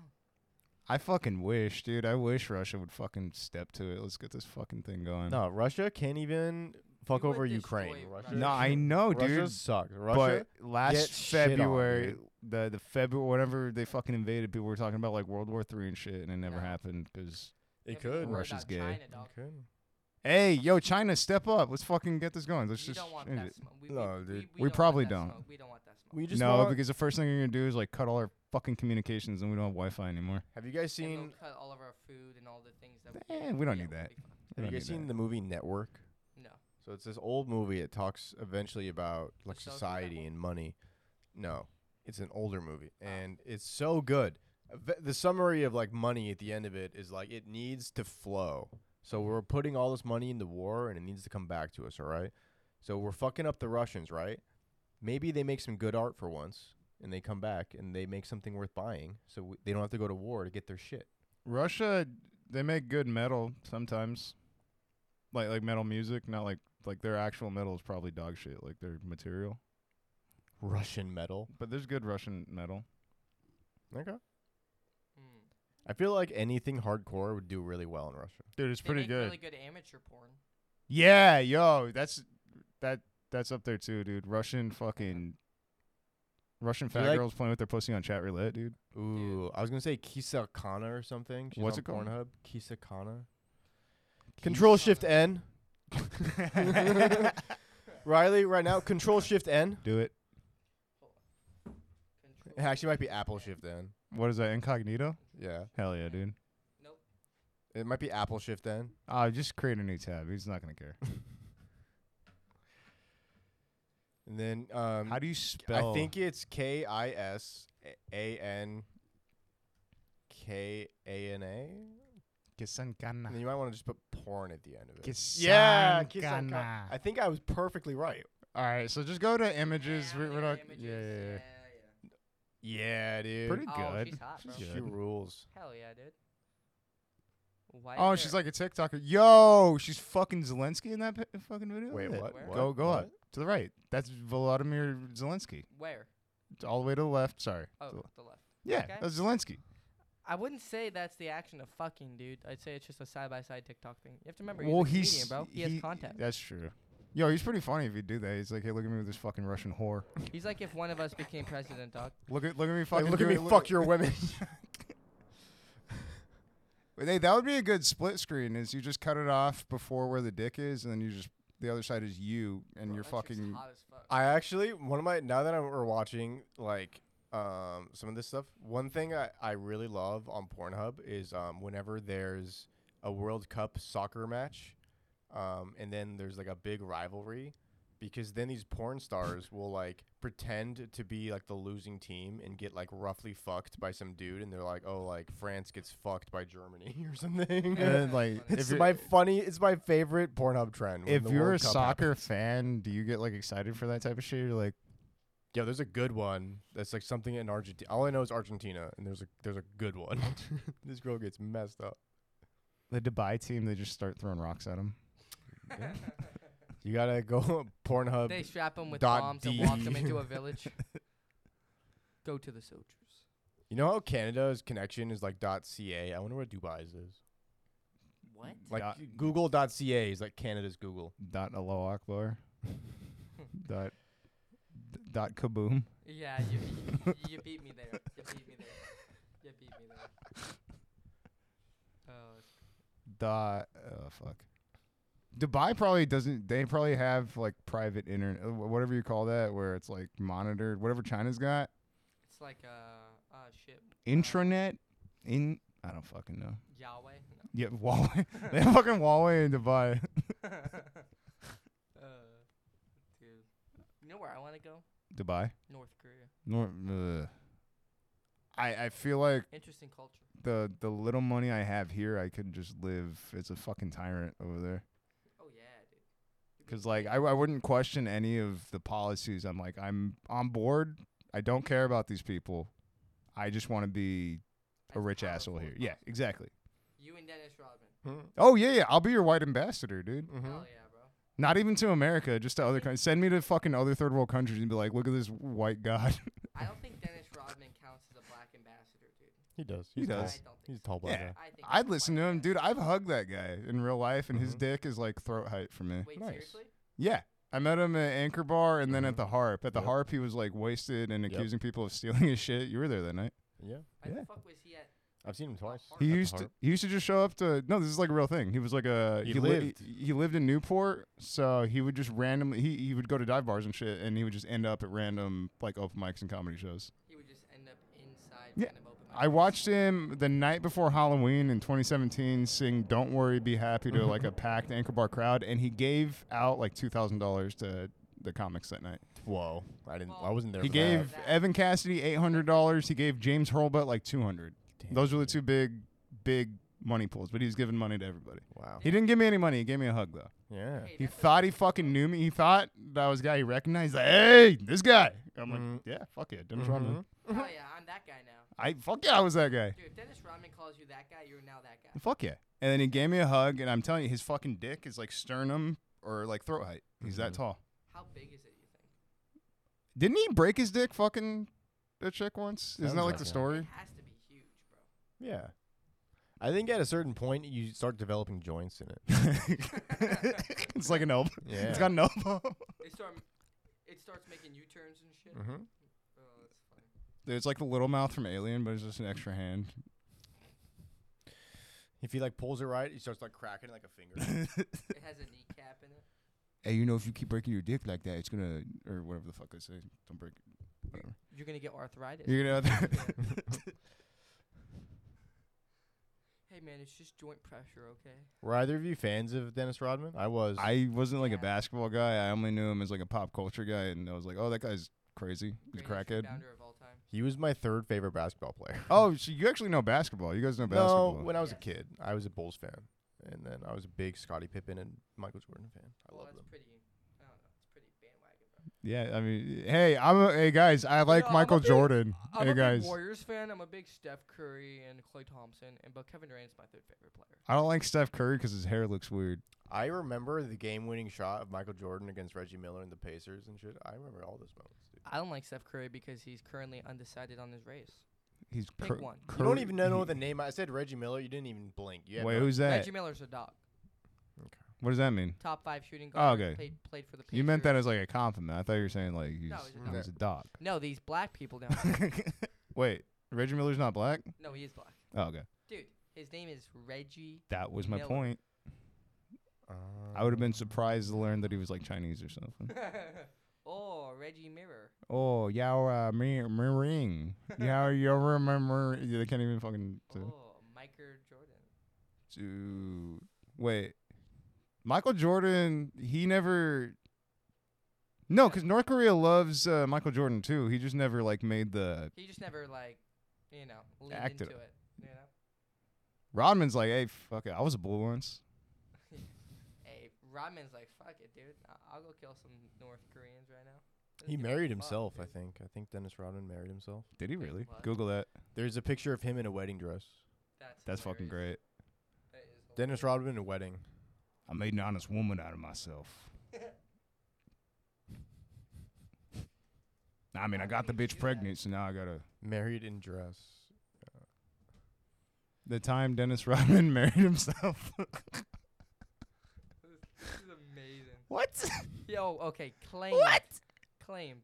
Speaker 2: I fucking wish, dude. I wish Russia would fucking step to it. Let's get this fucking thing going.
Speaker 1: no, Russia can't even fuck
Speaker 3: You would
Speaker 1: over Ukraine.
Speaker 3: destroy
Speaker 1: Russia,
Speaker 3: Russia.
Speaker 1: [LAUGHS]
Speaker 2: No, I know, dude.
Speaker 1: Russia sucks. Russia.
Speaker 2: but last
Speaker 1: get shit on,
Speaker 2: February, the the February, whenever they fucking invaded, people were talking about like World War Three and shit, and it never
Speaker 3: No.
Speaker 2: happened because.
Speaker 1: it
Speaker 3: Everyone
Speaker 1: could.
Speaker 3: worried
Speaker 2: Russia's
Speaker 3: about
Speaker 2: gay.
Speaker 3: China,
Speaker 1: It
Speaker 3: dog.
Speaker 1: could.
Speaker 2: Hey, yo, China, step up. Let's fucking get this going. Let's
Speaker 3: you
Speaker 2: just.
Speaker 3: don't want
Speaker 2: end
Speaker 3: that
Speaker 2: it.
Speaker 3: smoke. We,
Speaker 1: No,
Speaker 3: we,
Speaker 1: dude.
Speaker 3: We,
Speaker 2: We
Speaker 3: don't
Speaker 2: probably
Speaker 3: want that
Speaker 2: don't.
Speaker 3: Smoke. We don't want that smoke.
Speaker 1: We just
Speaker 2: no,
Speaker 1: want-
Speaker 2: because the first thing you're gonna do is like cut all our fucking communications, and we don't have Wi-Fi anymore.
Speaker 1: have you guys
Speaker 3: And they'll
Speaker 1: seen?
Speaker 3: cut all of our food and all the things that
Speaker 2: Eh, we don't
Speaker 3: yeah,
Speaker 2: need that.
Speaker 3: be fucked.
Speaker 2: We
Speaker 1: Have you
Speaker 2: don't
Speaker 1: guys
Speaker 2: need
Speaker 1: seen
Speaker 2: that.
Speaker 1: the movie Network?
Speaker 3: No.
Speaker 1: So it's this old movie. It talks eventually about like
Speaker 3: social
Speaker 1: society
Speaker 3: network?
Speaker 1: and money. No, it's an older movie, and it's so good. Ev- The summary of like money at the end of it is like it needs to flow. So we're putting all this money into war, and it needs to come back to us. All right. So we're fucking up the Russians, right? Maybe they make some good art for once, and they come back and they make something worth buying, so we, they don't have to go to war to get their shit.
Speaker 2: Russia, they make good metal sometimes, like like metal music. Not like like their actual metal is probably dog shit, like their material.
Speaker 1: Russian metal.
Speaker 2: But there's good Russian metal.
Speaker 1: Okay.
Speaker 3: Mm.
Speaker 1: I feel like anything hardcore would do really well in Russia.
Speaker 2: Dude, it's
Speaker 3: They make Really good amateur porn.
Speaker 2: Yeah, yo, that's that that's up there too, dude. Russian fucking Russian fat
Speaker 1: like-
Speaker 2: girls playing with their pussy on chat roulette, dude.
Speaker 1: Ooh, I was gonna say Kisa Kana or something. She's on
Speaker 2: What's it called?
Speaker 1: Pornhub. Kisa Kana. Control Shift [LAUGHS] N. Riley, right now, Control Shift N.
Speaker 2: [LAUGHS] Do it.
Speaker 3: Control.
Speaker 1: It actually might be Apple Shift N.
Speaker 2: What is that? Incognito?
Speaker 1: Yeah,
Speaker 2: Hell yeah, dude.
Speaker 3: Nope.
Speaker 1: it might be Apple Shift N.
Speaker 2: Ah, just create a new tab. He's not gonna care.
Speaker 1: And then um,
Speaker 2: How do you spell?
Speaker 1: I think it's K I S A N K A N A. And then
Speaker 2: Kisankana.
Speaker 1: you might want to just put porn at the end of it.
Speaker 2: Kisankana.
Speaker 1: I think I was perfectly right.
Speaker 2: All right, so just go to images.
Speaker 3: Yeah,
Speaker 2: we-
Speaker 3: I'm
Speaker 2: we're
Speaker 3: gonna
Speaker 2: not.
Speaker 3: get
Speaker 2: Yeah,
Speaker 3: images.
Speaker 2: yeah, yeah.
Speaker 3: yeah,
Speaker 1: Yeah, dude.
Speaker 2: Pretty
Speaker 3: Oh,
Speaker 2: good.
Speaker 3: she's hot, bro.
Speaker 2: She's
Speaker 1: She
Speaker 2: good.
Speaker 1: rules.
Speaker 3: Hell yeah, dude. Why
Speaker 2: Oh,
Speaker 3: is
Speaker 2: she's
Speaker 3: there-
Speaker 2: like a TikToker. Yo, she's fucking Zelensky in that pi- fucking video.
Speaker 1: Wait,
Speaker 2: Yeah.
Speaker 1: what?
Speaker 3: Where?
Speaker 1: what?
Speaker 2: Go, go
Speaker 1: what?
Speaker 2: up to the right. That's Volodymyr Zelensky.
Speaker 3: where?
Speaker 2: It's All the way to the left. Sorry.
Speaker 3: Oh,
Speaker 2: To the-
Speaker 3: the left.
Speaker 2: Yeah,
Speaker 3: okay.
Speaker 2: that's Zelensky.
Speaker 3: I wouldn't say that's the action of fucking, dude. I'd say it's just a side by side TikTok thing. You have to remember, he's
Speaker 2: well,
Speaker 3: a comedian,
Speaker 2: he's
Speaker 3: bro. He, has contact.
Speaker 2: That's true. Yo, he's pretty funny if you do that. He's like, hey, look at me with this fucking Russian whore.
Speaker 3: He's like if one of us became president, dog.
Speaker 2: Look at, look at me
Speaker 1: Like,
Speaker 2: fucking.
Speaker 1: look at me,
Speaker 2: doing-
Speaker 1: fuck your women.
Speaker 2: Hey, that would be a good split screen. Is you just cut it off before where the dick is, and then you just the other side is you, and you're
Speaker 3: That chick's
Speaker 2: fucking.
Speaker 3: hot as fuck.
Speaker 1: [LAUGHS] I actually one of my now that I'm, we're watching like um some of this stuff. One thing I I really love on Pornhub is um whenever there's a World Cup soccer match, um and then there's like a big rivalry, because then these porn stars will like pretend to be like the losing team and get like roughly fucked by some dude, and they're like, oh like France gets fucked by Germany [LAUGHS] or something.
Speaker 2: And then like,
Speaker 3: That's
Speaker 2: if
Speaker 1: It's
Speaker 2: you're-
Speaker 1: my funny. It's my favorite Pornhub trend. when
Speaker 2: if
Speaker 1: the
Speaker 2: you're
Speaker 1: World
Speaker 2: a
Speaker 1: Cup
Speaker 2: soccer
Speaker 1: happens.
Speaker 2: fan, do you get like excited for that type of shit? You're like,
Speaker 1: Yeah, there's a good one. That's like something in Argentina. All I know is Argentina, and there's a there's a good
Speaker 2: [LAUGHS]
Speaker 1: one. [LAUGHS] this girl gets messed up.
Speaker 2: the Dubai team, they just start throwing rocks at him.
Speaker 1: You gotta go [LAUGHS] Pornhub.
Speaker 3: they strap him with
Speaker 1: dot
Speaker 3: bombs
Speaker 1: D.
Speaker 3: and walk him
Speaker 2: [LAUGHS]
Speaker 3: into a village. Go to the soldiers.
Speaker 1: you know how Canada's connection is like .ca. I wonder what Dubai's is.
Speaker 3: What?
Speaker 1: Like
Speaker 2: Dot-
Speaker 1: Google .ca is like Canada's Google.
Speaker 2: Dot Allahu
Speaker 1: [LAUGHS]
Speaker 2: Akbar. dot. Dot kaboom.
Speaker 3: Yeah, you, [LAUGHS] you, you beat me there. You beat me there. You beat me there. Oh, it's-
Speaker 2: Dot. Oh fuck. Dubai probably doesn't. They probably have like private internet, whatever you call that, where it's like monitored. Whatever China's got,
Speaker 3: it's like uh, uh shit.
Speaker 2: intranet in I don't fucking know.
Speaker 3: Yahweh.
Speaker 2: Yeah, [LAUGHS] Huawei. they have fucking Huawei in Dubai.
Speaker 3: No. uh, dude, you know where I want to go?
Speaker 2: Dubai.
Speaker 3: North Korea.
Speaker 2: Nor- ugh. I I feel like
Speaker 3: Interesting culture.
Speaker 2: the the little money I have here, I could just live as a fucking tyrant over there.
Speaker 3: Oh yeah, dude.
Speaker 2: Cause like I I wouldn't question any of the policies. I'm like I'm on board. I don't care about these people. I just want to be
Speaker 3: As
Speaker 2: a rich
Speaker 3: powerful
Speaker 2: asshole
Speaker 3: as
Speaker 2: here. Yeah,
Speaker 3: possible.
Speaker 2: exactly.
Speaker 3: You and Dennis Rodman.
Speaker 2: Oh yeah, yeah. I'll be your white ambassador, dude.
Speaker 1: Mm-hmm.
Speaker 3: Hell yeah, bro.
Speaker 2: Not even to America, just to other countries. Send me to fucking other third world countries and be like, look at this
Speaker 1: [LAUGHS]
Speaker 2: white god.
Speaker 3: I don't think Dennis Rodman counts as a black ambassador, dude.
Speaker 1: He does.
Speaker 2: He
Speaker 1: He's
Speaker 3: I
Speaker 1: tall.
Speaker 2: does.
Speaker 3: don't think
Speaker 1: He's a
Speaker 3: so.
Speaker 1: tall black
Speaker 2: Yeah.
Speaker 1: guy.
Speaker 3: I think
Speaker 2: [LAUGHS] I'd
Speaker 3: he's a
Speaker 2: listen to
Speaker 3: white
Speaker 2: him,
Speaker 3: guy.
Speaker 2: dude. I've hugged that guy in real life, and his
Speaker 1: Mhm.
Speaker 2: dick is like throat height for me.
Speaker 3: Wait,
Speaker 1: Nice.
Speaker 3: seriously?
Speaker 2: Yeah. I met him at Anchor Bar and then at
Speaker 1: Mhm.
Speaker 2: the Harp. At the
Speaker 1: Yep.
Speaker 2: Harp, he was like wasted and
Speaker 1: Yep.
Speaker 2: accusing people of stealing his shit. You were there that night.
Speaker 1: Yeah,
Speaker 3: Why
Speaker 2: Yeah.
Speaker 3: the fuck was he at?
Speaker 1: I've seen him twice.
Speaker 3: He
Speaker 2: He
Speaker 1: at the
Speaker 2: used to,
Speaker 1: Harp.
Speaker 2: he used to just show up to no. This is like a real thing. He was like a
Speaker 1: He
Speaker 2: li-
Speaker 1: lived.
Speaker 2: he, he lived in Newport, so he would just randomly he, he would go to dive bars and shit, and he would just end up at random like open mics and comedy shows.
Speaker 3: He would just end up inside
Speaker 2: Yeah.
Speaker 3: random open
Speaker 2: I
Speaker 3: mics.
Speaker 2: watched him the night before Halloween in 2017 sing "Don't Worry, Be Happy"
Speaker 1: Mm-hmm.
Speaker 2: to like a packed Anchor Bar crowd, and he gave out like two thousand dollars to the comics that night.
Speaker 1: Whoa, I didn't. I wasn't there.
Speaker 2: He
Speaker 1: for
Speaker 2: gave
Speaker 3: that.
Speaker 2: Evan Cassidy eight hundred dollars. He gave James Hurlbut like two hundred.
Speaker 1: that. Damn,
Speaker 2: Those were the
Speaker 1: dude.
Speaker 2: two big, big money pools. But he was giving money to everybody.
Speaker 1: Wow.
Speaker 2: He didn't give me any money. He gave me a hug though.
Speaker 1: Yeah.
Speaker 3: Hey,
Speaker 2: He
Speaker 3: that's a-
Speaker 2: thought he fucking knew me. He thought that was a guy he recognized. He's like, hey, this guy. I'm like,
Speaker 1: Mhm.
Speaker 2: yeah, fuck yeah, Dennis Rodman.
Speaker 1: Mhm.
Speaker 3: Hell Oh, yeah,
Speaker 2: [LAUGHS]
Speaker 3: I'm that guy now.
Speaker 2: I fuck yeah, I was that guy.
Speaker 3: Dude, if Dennis Rodman calls you that guy, you're now that guy.
Speaker 2: Fuck yeah. And then he gave me a hug, and I'm telling you, his fucking dick is like sternum or like throat height. He's that
Speaker 1: Mhm.
Speaker 2: tall.
Speaker 3: How big is it, you think?
Speaker 2: Didn't he break his dick fucking a chick once? Isn't that
Speaker 1: Sounds
Speaker 2: like
Speaker 1: like
Speaker 2: the
Speaker 1: it.
Speaker 3: It
Speaker 2: story?
Speaker 3: has to be huge, bro.
Speaker 1: Yeah. I think at a certain point you start developing joints in it.
Speaker 2: [LAUGHS] it's like an elbow.
Speaker 1: Yeah.
Speaker 2: It's got an elbow. [LAUGHS]
Speaker 3: It, start, it starts making U-turns and shit.
Speaker 1: Mm-hmm.
Speaker 3: Oh, that's funny.
Speaker 2: Dude, It's like the little mouth from Alien, but it's just an extra hand.
Speaker 1: If he like pulls it right, he starts like cracking like a [LAUGHS] finger.
Speaker 3: it has a kneecap in it.
Speaker 2: Hey, you know, if you keep breaking your dick like that, it's gonna or whatever the fuck I say. Don't break. Whatever.
Speaker 3: You're gonna get arthritis.
Speaker 2: You [LAUGHS] know.
Speaker 3: hey man, it's just joint pressure, okay?
Speaker 1: Were either of you fans of Dennis Rodman? I was.
Speaker 2: I wasn't like
Speaker 3: Yeah.
Speaker 2: a basketball guy. I only knew him as like a pop culture guy, and I was like, oh, that guy's crazy. He's a
Speaker 3: Greatest
Speaker 2: crackhead.
Speaker 3: rebounder of all time.
Speaker 1: he was my third favorite basketball player. [LAUGHS]
Speaker 2: Oh, so you actually know basketball? You guys know basketball?
Speaker 1: No, when I was
Speaker 3: Yes.
Speaker 1: a kid, I was a Bulls fan, and then I was a big Scottie Pippen and Michael Jordan fan. I
Speaker 3: well,
Speaker 1: love
Speaker 3: that's
Speaker 1: them.
Speaker 3: pretty. I don't know. It's pretty bandwagon,
Speaker 2: yeah,
Speaker 3: bro.
Speaker 2: I mean, hey, I'm a, hey guys, I like
Speaker 3: I'm a
Speaker 2: Michael
Speaker 3: big-
Speaker 2: Jordan.
Speaker 3: I'm
Speaker 2: hey
Speaker 3: a
Speaker 2: guys,
Speaker 3: big Warriors fan. I'm a big Steph Curry and Clay Thompson, and but Kevin Durant's my third favorite player.
Speaker 2: I don't like Steph Curry because his hair looks weird.
Speaker 1: I remember the game-winning shot of Michael Jordan against Reggie Miller and the Pacers and shit. I remember all those moments, dude.
Speaker 3: I don't like Steph Curry because he's currently undecided on his race.
Speaker 2: He's
Speaker 3: Pick
Speaker 2: Cur-
Speaker 3: one.
Speaker 1: You don't
Speaker 2: Curry-
Speaker 1: even know
Speaker 2: he-
Speaker 1: [LAUGHS] the name. I said Reggie Miller. You didn't even blink. You had
Speaker 2: Wait,
Speaker 1: no-
Speaker 2: who's that?
Speaker 3: Reggie Miller's a dog.
Speaker 2: What does that mean?
Speaker 3: Top five shooting
Speaker 2: Oh,
Speaker 3: guard.
Speaker 2: okay.
Speaker 3: Played played for the. Pacers.
Speaker 2: You meant that as like a compliment. I thought you were saying like he's,
Speaker 3: No,
Speaker 2: he's,
Speaker 3: he's a
Speaker 2: a,
Speaker 1: dog.
Speaker 2: dog. [LAUGHS]
Speaker 3: No, these black people don't.
Speaker 2: Wait, Reggie Miller's not black?
Speaker 3: no, he is black,
Speaker 2: Oh, okay.
Speaker 3: dude. His name is [LAUGHS] Reggie.
Speaker 2: That was my
Speaker 3: Miller.
Speaker 2: point.
Speaker 1: Uh,
Speaker 2: I would have been surprised to learn that he was like Chinese or something.
Speaker 3: oh, Reggie Mirror.
Speaker 2: Oh, yao uh, me me ring. Yao yao me me- yeah, They can't even fucking. say it.
Speaker 3: Oh, Michael Jordan.
Speaker 2: Dude, wait. Michael Jordan, he never. No, because North Korea loves uh, Michael Jordan too. He just never like made the.
Speaker 3: He just never like, you know, leaned
Speaker 2: Acted
Speaker 3: into it. You know.
Speaker 2: Rodman's like, hey, fuck it. I was a bull once.
Speaker 3: Hey, Rodman's like, fuck it, dude. I- I'll go kill some North Koreans right now.
Speaker 1: He
Speaker 3: Give a
Speaker 1: married
Speaker 3: fuck,
Speaker 1: himself, I
Speaker 3: dude.
Speaker 1: think. I think Dennis Rodman married himself.
Speaker 2: Did he
Speaker 3: Wait,
Speaker 2: really?
Speaker 3: what?
Speaker 2: Google that.
Speaker 1: There's a picture of him in a wedding dress.
Speaker 3: That's,
Speaker 2: That's fucking
Speaker 3: hilarious.
Speaker 2: great.
Speaker 3: That is hilarious.
Speaker 1: Dennis Rodman in a wedding.
Speaker 2: I made an honest woman out of myself.
Speaker 3: [LAUGHS]
Speaker 2: I mean, I got the
Speaker 3: How can you
Speaker 2: bitch
Speaker 3: do that?
Speaker 2: pregnant, so now I gotta.
Speaker 1: Married in dress.
Speaker 2: The time Dennis [LAUGHS] Rodman married himself. [LAUGHS]
Speaker 3: This is amazing.
Speaker 2: what?
Speaker 3: Yo, okay, claimed. What? Claimed.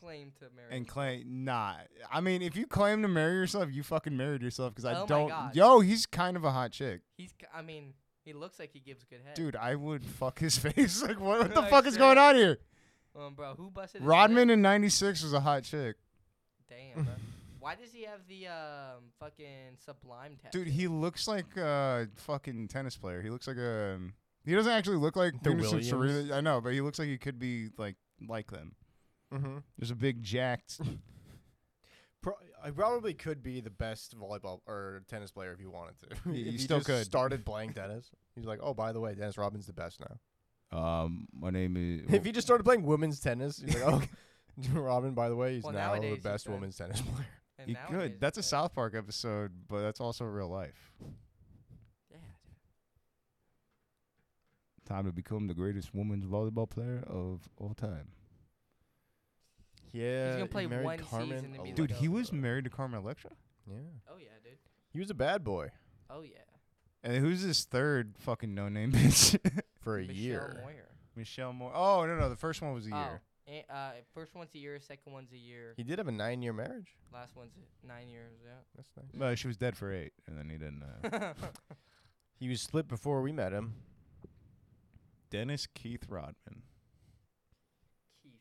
Speaker 3: Claimed to marry.
Speaker 2: And
Speaker 3: him.
Speaker 2: claim, nah. I mean, if you claim to marry yourself, you fucking married yourself. Because I
Speaker 3: Oh my
Speaker 2: don't.
Speaker 3: God.
Speaker 2: Yo, he's kind of a hot chick,
Speaker 3: He's. c- I mean, he looks like he gives good head.
Speaker 2: dude. I would fuck his [LAUGHS] face. like, what,
Speaker 3: [LAUGHS]
Speaker 2: what the
Speaker 3: Like,
Speaker 2: fuck is going on here?
Speaker 3: Um, bro, who busted? his
Speaker 2: Rodman
Speaker 3: lip?
Speaker 2: in '96 was a hot chick,
Speaker 3: Damn, bro. Why does he have the um fucking sublime tattoo?
Speaker 2: dude. He looks like a fucking tennis player. He looks like a. He doesn't actually look like
Speaker 1: The
Speaker 2: Venus and Serena-
Speaker 1: Williams?
Speaker 2: I know, but he looks like he could be like like them.
Speaker 1: Mm-hmm.
Speaker 2: There's a big jacked.
Speaker 1: Pro- I probably could be the best volleyball or tennis player if you wanted to. [LAUGHS]
Speaker 2: Y-
Speaker 1: If
Speaker 2: you
Speaker 1: you
Speaker 2: still
Speaker 1: just
Speaker 2: could.
Speaker 1: Started playing tennis. He's like, oh, by the way, Dennis Rodman's the best now.
Speaker 2: um, my name is.
Speaker 1: If he just started playing women's tennis, he's like, oh, [LAUGHS] Rodman, by the way, he's
Speaker 3: Well,
Speaker 1: now
Speaker 3: nowadays
Speaker 1: the
Speaker 3: he's
Speaker 1: best
Speaker 3: been-
Speaker 1: women's tennis
Speaker 3: [LAUGHS]
Speaker 1: player.
Speaker 3: And
Speaker 2: he
Speaker 3: nowadays
Speaker 2: could. That's a
Speaker 3: it's like-
Speaker 2: South Park episode, but that's also real life.
Speaker 3: Yeah. dude.
Speaker 2: Time to become the greatest women's volleyball player of all time.
Speaker 1: Yeah,
Speaker 3: gonna
Speaker 1: he
Speaker 3: play
Speaker 1: married
Speaker 3: one
Speaker 1: Carmen
Speaker 3: season and be "Oh." the
Speaker 2: Dude, he
Speaker 3: Electra.
Speaker 2: was married to Carmen Electra.
Speaker 1: Yeah,
Speaker 3: Oh yeah, dude.
Speaker 1: he was a bad boy
Speaker 3: Oh yeah.
Speaker 2: And who's this third fucking no name [LAUGHS] bitch?
Speaker 1: for a
Speaker 3: Michelle
Speaker 1: year.
Speaker 3: Moyer.
Speaker 2: Michelle Moore. Oh no no, the first one was a year.
Speaker 3: Oh, and, uh, first one's a year, second one's a year,
Speaker 1: He did have a nine-year marriage.
Speaker 3: last one's nine years.
Speaker 2: [LAUGHS]
Speaker 3: Yeah.
Speaker 1: That's nice.
Speaker 2: No, she was dead for eight, and then he didn't. Uh,
Speaker 1: He was split before we met him.
Speaker 2: Dennis Keith Rodman.
Speaker 3: Keith.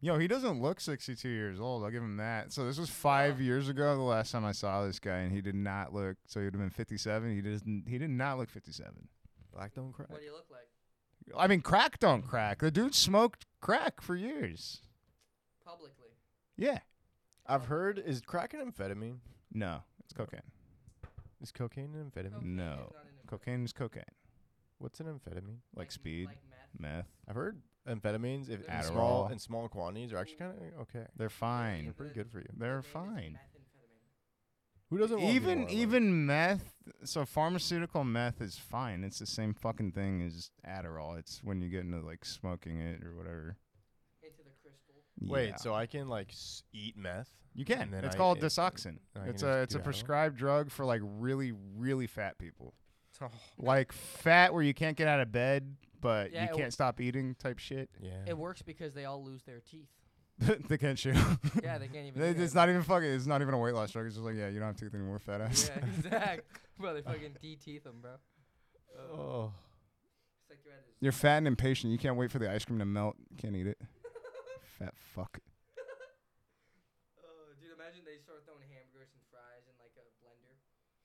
Speaker 2: Yo, he doesn't look 62 years old. I'll give him that. So this was five years ago, the last time I saw this guy, and he did not look. So he would have been 57. He doesn't. He did not look 57.
Speaker 1: Black don't cry.
Speaker 3: What do you look like?
Speaker 2: I mean, crack don't crack. The dude smoked crack for years.
Speaker 3: Publicly.
Speaker 2: Yeah.
Speaker 1: I've heard is crack an amphetamine?
Speaker 2: No, it's cocaine.
Speaker 1: Is cocaine an amphetamine?
Speaker 3: Cocaine is
Speaker 2: no.
Speaker 3: not an amphetamine.
Speaker 2: Cocaine is cocaine,
Speaker 3: Oh.
Speaker 1: What's an amphetamine?
Speaker 2: like
Speaker 3: m-
Speaker 2: speed,
Speaker 3: Like meth.
Speaker 2: meth.
Speaker 1: I've heard amphetamines, if in
Speaker 3: There's-
Speaker 1: small
Speaker 2: Adderall.
Speaker 1: in small quantities, are actually kind of okay.
Speaker 2: They're
Speaker 1: They're
Speaker 2: fine.
Speaker 3: Yeah.
Speaker 1: pretty good for you.
Speaker 2: They're
Speaker 3: The name is
Speaker 2: fine.
Speaker 3: methamphetamine.
Speaker 1: Who doesn't want
Speaker 2: Even
Speaker 1: Viagra?
Speaker 2: even meth. So pharmaceutical meth is fine. It's the same fucking thing as Adderall. It's when you get into like smoking it or whatever.
Speaker 3: Into the crystal.
Speaker 1: Wait,
Speaker 2: Yeah.
Speaker 1: so I can like s- eat meth?
Speaker 2: you can.
Speaker 1: and then
Speaker 2: It's
Speaker 1: I-
Speaker 2: called
Speaker 1: it-
Speaker 2: disoxin.
Speaker 1: and I
Speaker 2: It's
Speaker 1: can just
Speaker 2: a it's
Speaker 1: do
Speaker 2: a
Speaker 1: Adderall?
Speaker 2: prescribed drug for like really really fat people. Like fat where you can't get out of bed, but
Speaker 3: Yeah, it
Speaker 2: you
Speaker 3: w-
Speaker 2: can't stop eating type shit. [LAUGHS]
Speaker 1: Yeah.
Speaker 3: It works because they all lose their teeth.
Speaker 2: they
Speaker 1: [LAUGHS]
Speaker 2: can't shoot.
Speaker 3: yeah, they can't even.
Speaker 2: They-
Speaker 3: do that
Speaker 2: it's not even fucking. It's not even a weight loss drug. It's just like, yeah, you don't have to get any more
Speaker 3: [LAUGHS]
Speaker 2: fat ass.
Speaker 3: Yeah, exact. bro, they fucking de-teeth them, bro. Uh,
Speaker 1: Oh.
Speaker 3: it's like you're at this-
Speaker 2: [LAUGHS] You're fat and impatient. You can't wait for the ice cream to melt. You can't
Speaker 3: [LAUGHS]
Speaker 2: eat it. fat fuck.
Speaker 3: Oh, dude, imagine they start throwing hamburgers and fries in like a blender.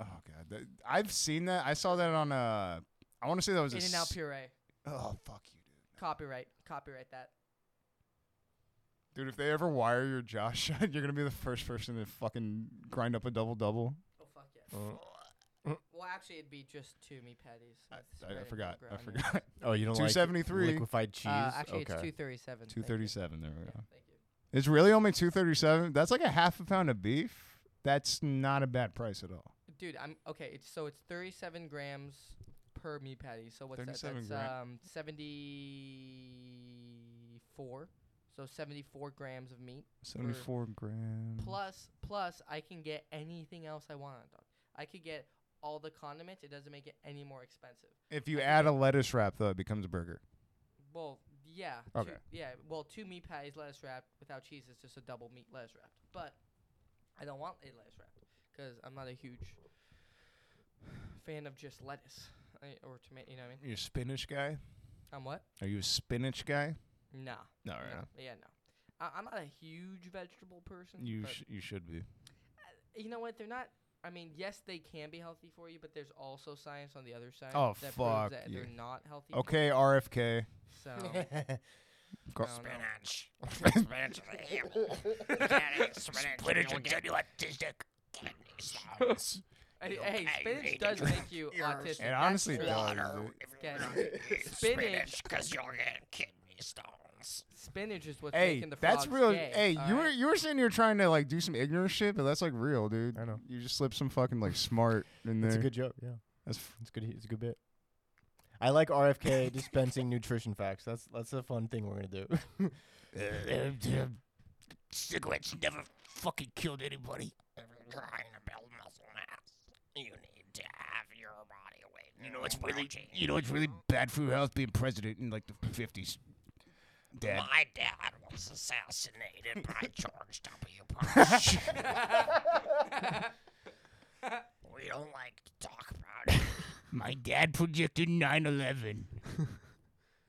Speaker 2: Oh god, that, I've seen that. I saw that on uh, I want to say that was a
Speaker 3: In and out
Speaker 2: s-
Speaker 3: puree.
Speaker 2: Oh fuck you,
Speaker 3: Copyright. Copyright that.
Speaker 2: dude. Dude, if they ever wire your jaw [LAUGHS] shut, you're gonna be the first person to fucking grind up a double double.
Speaker 3: Oh fuck yeah.
Speaker 1: Uh,
Speaker 3: Well, actually, it'd be just two meat patties.
Speaker 2: I, I- I
Speaker 3: with spread and
Speaker 2: forgot. I
Speaker 3: pepperoni.
Speaker 2: forgot. [LAUGHS]
Speaker 1: oh, you don't like
Speaker 2: 273.
Speaker 1: liquefied cheese?
Speaker 3: Uh, actually,
Speaker 1: okay.
Speaker 3: it's
Speaker 1: [LAUGHS]
Speaker 3: two thirty-seven.
Speaker 2: Two thirty-seven. There we
Speaker 3: Yeah,
Speaker 2: go.
Speaker 3: thank you.
Speaker 2: It's really only two thirty-seven. That's like a half a pound of beef. That's not a bad price at all.
Speaker 3: Dude, I'm okay. It's, so it's thirty-seven grams per meat patty. So what's that?
Speaker 2: 37
Speaker 3: That's
Speaker 2: gra-
Speaker 3: um seventy-four. So seventy-four grams of meat.
Speaker 2: Seventy-four grams.
Speaker 3: Plus, plus, I can get anything else I want. on dog. I could get all the condiments. It doesn't make it any more expensive.
Speaker 2: If you add a lettuce wrap, though, it becomes a burger.
Speaker 3: Well, yeah.
Speaker 2: Okay.
Speaker 3: Two, yeah. Well, two meat patties, lettuce wrapped without cheese. It's just a double meat lettuce wrapped. But I don't want a lettuce wrapped because I'm not a huge fan of just lettuce I, or tomato. You know what I mean?
Speaker 2: You're a spinach guy.
Speaker 3: I'm what?
Speaker 2: Are you a spinach guy?
Speaker 3: Nah.
Speaker 2: No,
Speaker 3: no, Yeah, no. I, I'm not a huge vegetable person.
Speaker 2: You
Speaker 3: but
Speaker 2: sh- you should be.
Speaker 3: you know what? They're not. I mean, yes, they can be healthy for you, but there's also science on the other side
Speaker 2: Oh,
Speaker 3: that
Speaker 2: fuck
Speaker 3: proves that
Speaker 2: you.
Speaker 3: they're not healthy. for
Speaker 2: Okay, RFK.
Speaker 3: you. So.
Speaker 2: Go-
Speaker 3: No, no.
Speaker 4: [LAUGHS] Spinach. Spinach. Spinach. and genuine autistic.
Speaker 3: Hey,
Speaker 4: Milk
Speaker 3: hey,
Speaker 4: and
Speaker 3: spinach
Speaker 4: egg
Speaker 3: does
Speaker 4: and
Speaker 3: make you
Speaker 4: yours.
Speaker 2: It
Speaker 3: autistic. That's
Speaker 2: honestly
Speaker 3: all.
Speaker 2: does.
Speaker 4: Water.
Speaker 3: Yeah. Spinach.
Speaker 4: Spinach, because you're getting kidney stones.
Speaker 3: Spinach is what's
Speaker 2: Hey,
Speaker 3: making the
Speaker 2: that's
Speaker 3: frogs
Speaker 2: real.
Speaker 3: gay,
Speaker 2: hey,
Speaker 3: all
Speaker 2: you were
Speaker 3: right? [LAUGHS]
Speaker 2: you were sitting here trying to like do some ignorant shit, but that's like real, dude.
Speaker 1: I know.
Speaker 2: You just slip some fucking like smart in there.
Speaker 1: It's a good joke. Yeah,
Speaker 2: That's f-
Speaker 1: it's good. It's a good bit. I like
Speaker 3: [LAUGHS]
Speaker 1: RFK dispensing nutrition facts. That's that's a fun thing we're gonna do.
Speaker 4: [LAUGHS]
Speaker 1: [LAUGHS]
Speaker 4: Cigarettes never fucking killed anybody. Every time to build muscle mass, you need to have your body weight. You know it's really,
Speaker 2: you know, it's really bad for your health being president in like the fifties. Dad.
Speaker 4: My dad was assassinated by
Speaker 2: [LAUGHS]
Speaker 4: George W. Bush. we don't like to talk about it.
Speaker 5: My dad predicted 9 11.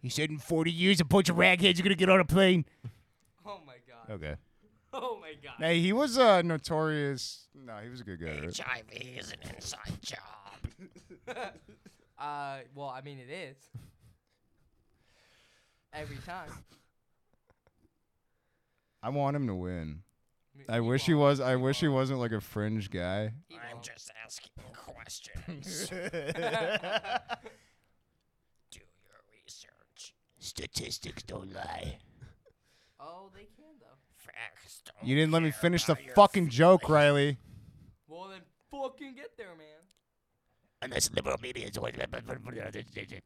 Speaker 5: he said in 40 years, a bunch of ragheads are going to get on a plane.
Speaker 3: Oh my god.
Speaker 2: Okay.
Speaker 3: Oh my god.
Speaker 2: Hey, he was uh notorious. No, he was a good guy. Right?
Speaker 4: HIV is an inside job.
Speaker 3: Uh, well, I mean it
Speaker 2: [LAUGHS]
Speaker 3: is. Every time.
Speaker 2: I want him to win.
Speaker 3: mean,
Speaker 2: I wish he
Speaker 3: won't.
Speaker 2: was. I wish he wasn't like a fringe guy.
Speaker 3: He
Speaker 4: I'm
Speaker 3: won't.
Speaker 4: just asking
Speaker 2: [LAUGHS]
Speaker 4: questions. Do your research.
Speaker 5: Statistics don't lie.
Speaker 3: [LAUGHS] Oh, they can though.
Speaker 4: Facts don't
Speaker 2: You didn't let me
Speaker 4: care
Speaker 2: finish the
Speaker 4: about your
Speaker 2: fucking joke, Riley.
Speaker 3: Well, then fucking get there, man.
Speaker 5: Unless liberal media is always.
Speaker 3: Hilarious.
Speaker 2: [LAUGHS]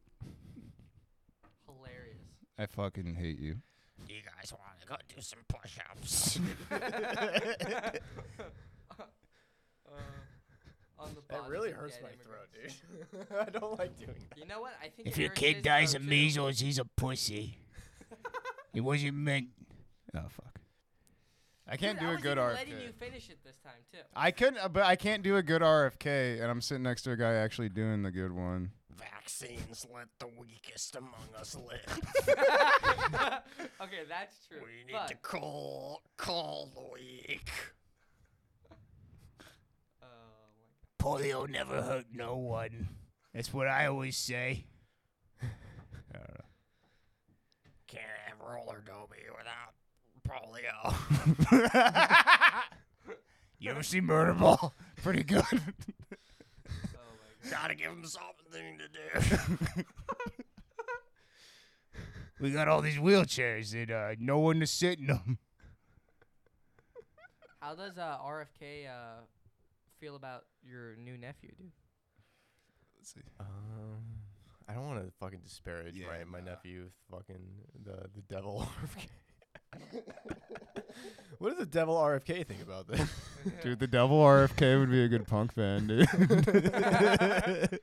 Speaker 3: [LAUGHS]
Speaker 2: I fucking hate you.
Speaker 4: You guys want to go do some push-ups?
Speaker 3: Uh, on the
Speaker 1: That
Speaker 3: bodies
Speaker 1: really
Speaker 3: of
Speaker 1: hurts
Speaker 3: dead
Speaker 1: my throat,
Speaker 3: immigrants.
Speaker 1: dude. [LAUGHS] I don't like doing
Speaker 3: You know what? I think
Speaker 5: If
Speaker 3: it
Speaker 5: your
Speaker 3: hurts
Speaker 5: kid
Speaker 3: his
Speaker 5: dies
Speaker 3: throat,
Speaker 5: of
Speaker 3: too.
Speaker 5: measles, he's a pussy. it wasn't meant.
Speaker 2: Oh fuck. I can't
Speaker 3: Dude,
Speaker 2: do
Speaker 3: I
Speaker 2: a
Speaker 3: was
Speaker 2: good
Speaker 3: even
Speaker 2: RFK.
Speaker 3: letting you finish it this time too.
Speaker 2: I couldn't, uh, but I can't do a good RFK, and I'm sitting next to a guy actually doing the good one.
Speaker 4: Vaccines let the weakest among us live.
Speaker 3: [LAUGHS] okay, that's true.
Speaker 4: We need
Speaker 3: but,
Speaker 4: to call, call the weak.
Speaker 3: oh my
Speaker 5: Polio never hurt no one. That's what I always say.
Speaker 4: Can't have roller derby without polio.
Speaker 5: [LAUGHS] You ever see Murder Ball?
Speaker 4: [LAUGHS]
Speaker 2: Pretty good.
Speaker 3: god. Oh my god.
Speaker 4: Gotta give them something to do.
Speaker 5: We got all these wheelchairs and uh, no one to sit in them.
Speaker 3: How does uh, RFK uh, feel about your new nephew, dude?
Speaker 1: Um, I don't want to fucking disparage
Speaker 2: Yeah,
Speaker 1: my, my
Speaker 2: nah.
Speaker 1: nephew, fucking the the devil [LAUGHS] RFK. what does the devil RFK think about [LAUGHS] this?
Speaker 2: Dude, the devil RFK would be a good punk band,
Speaker 3: [LAUGHS]
Speaker 2: dude.
Speaker 3: That's great.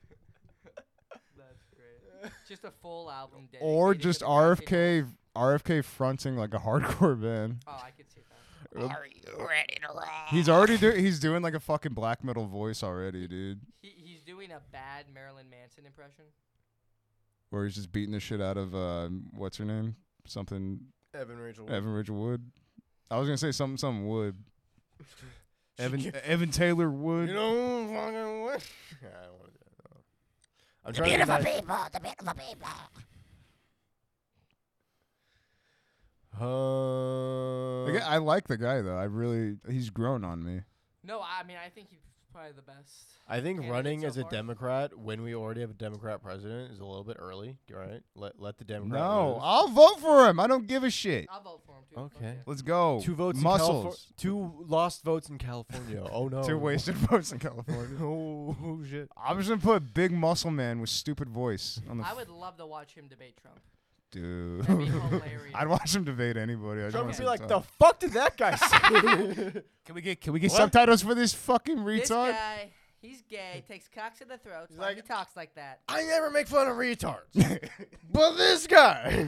Speaker 3: [LAUGHS] Just a full album.
Speaker 2: or
Speaker 3: dedicated to
Speaker 2: just
Speaker 3: the fact that
Speaker 2: RFK RFK fronting like a hardcore band.
Speaker 3: Oh, I could see that.
Speaker 4: Are you ready to rock?
Speaker 2: He's already doing. He's doing like a fucking black metal voice already, dude.
Speaker 3: He he's doing a bad Marilyn Manson impression.
Speaker 2: Where he's just beating the shit out of uh, what's her name? Something
Speaker 1: Evan Rachel. Wood.
Speaker 2: Evan Rachel Wood. I was gonna say something. Something
Speaker 1: [LAUGHS]
Speaker 2: Wood. Evan Evan Taylor Wood.
Speaker 1: You know, fucking what? Yeah, I don't want to do that. no. I'm
Speaker 4: The
Speaker 1: trying to
Speaker 4: beautiful
Speaker 1: decide.
Speaker 4: people, the beautiful people.
Speaker 1: Uh,
Speaker 2: The guy- I like the guy though. I really. He's grown on me.
Speaker 3: No, I mean I think he's probably the best.
Speaker 1: I think
Speaker 3: candidate
Speaker 1: running
Speaker 3: so
Speaker 1: as a
Speaker 3: far.
Speaker 1: Democrat when we already have a Democrat president is a little bit early, right? Let let the Democrat.
Speaker 2: No,
Speaker 1: lose.
Speaker 2: I'll vote for him. I don't give a shit.
Speaker 3: I'll vote for him too. fuck
Speaker 1: Okay.
Speaker 3: yeah.
Speaker 2: Let's go.
Speaker 1: two votes. In Califor-
Speaker 2: Muscles.
Speaker 1: two lost votes in California. oh no.
Speaker 2: Two wasted [LAUGHS] votes in California.
Speaker 1: [LAUGHS] oh, shit.
Speaker 2: I'm just gonna put big muscle man with stupid voice on the.
Speaker 3: I
Speaker 2: f-
Speaker 3: would love to watch him debate Trump.
Speaker 2: dude. [LAUGHS]
Speaker 3: That'd be hilarious.
Speaker 2: I'd watch him debate anybody. I just
Speaker 1: Trump
Speaker 2: wanna
Speaker 1: would
Speaker 2: see
Speaker 1: be like,
Speaker 2: Tom.
Speaker 1: the fuck did that guy [LAUGHS] say?
Speaker 5: Can we get? Can we
Speaker 2: Get
Speaker 5: get some?
Speaker 2: subtitles for this fucking
Speaker 3: This
Speaker 2: retard.
Speaker 3: guy, he's gay, takes cocks in the throat,
Speaker 1: He's
Speaker 3: why
Speaker 1: like-
Speaker 3: he talks like that.
Speaker 1: I never make fun of retards, [LAUGHS] but this guy.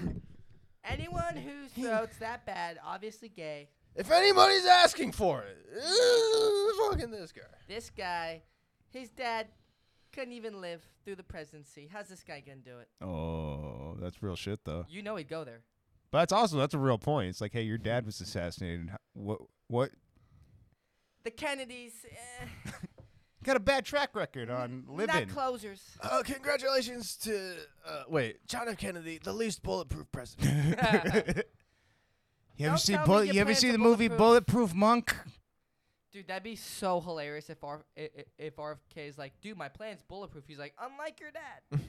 Speaker 3: Anyone whose throat's that bad, obviously gay.
Speaker 1: If anybody's asking for it, it's fucking this guy.
Speaker 3: This guy, his dad couldn't even live through the presidency. How's this guy gonna do it?
Speaker 2: Oh, that's real shit though.
Speaker 3: You know he'd go there.
Speaker 2: But that's also that's a real point. It's like, hey, your dad was assassinated. H- What? What?
Speaker 3: The Kennedys, eh,
Speaker 2: Got a bad track record on
Speaker 3: not
Speaker 2: living.
Speaker 3: closers.
Speaker 1: [LAUGHS] Uh, congratulations to uh, wait, John F. Kennedy, the least bulletproof president.
Speaker 2: you
Speaker 3: Don't
Speaker 2: ever seen
Speaker 3: tell me
Speaker 2: bullet,
Speaker 3: your
Speaker 2: You ever
Speaker 3: plans
Speaker 2: seen
Speaker 3: are
Speaker 2: the movie Bulletproof Monk?
Speaker 3: Dude, that'd be so hilarious if R- i- i- if RFK is like, dude, my plan's bulletproof. He's like, unlike your dad. oh,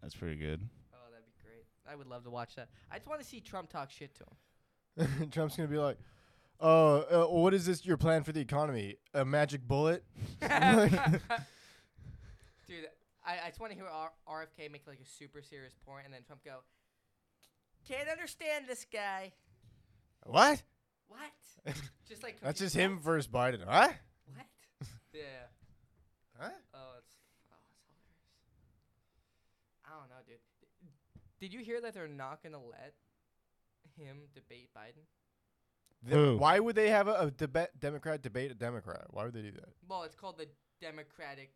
Speaker 2: That's pretty good.
Speaker 3: that'd be great. I would love to watch that. I just want to see Trump talk shit to him.
Speaker 1: [LAUGHS] Trump's gonna be like, uh, uh, what is this? Your plan for the economy? A magic bullet? [LAUGHS]
Speaker 3: [LAUGHS] Dude, I, I just want to hear R- RFK make like a super serious point, and then Trump go, "Can't understand this guy."
Speaker 1: What? [LAUGHS]
Speaker 3: What? just like
Speaker 1: That's just
Speaker 3: confused.
Speaker 1: him versus Biden, huh?
Speaker 3: What?
Speaker 1: [LAUGHS]
Speaker 3: yeah.
Speaker 1: Huh?
Speaker 3: Oh, it's oh, it's hilarious. I don't know, dude. Did you hear that they're not gonna let him debate Biden?
Speaker 1: Th-
Speaker 2: Who?
Speaker 1: Why would they have a, a deba- Democrat debate a Democrat? Why would they do that?
Speaker 3: Well, it's called the Democratic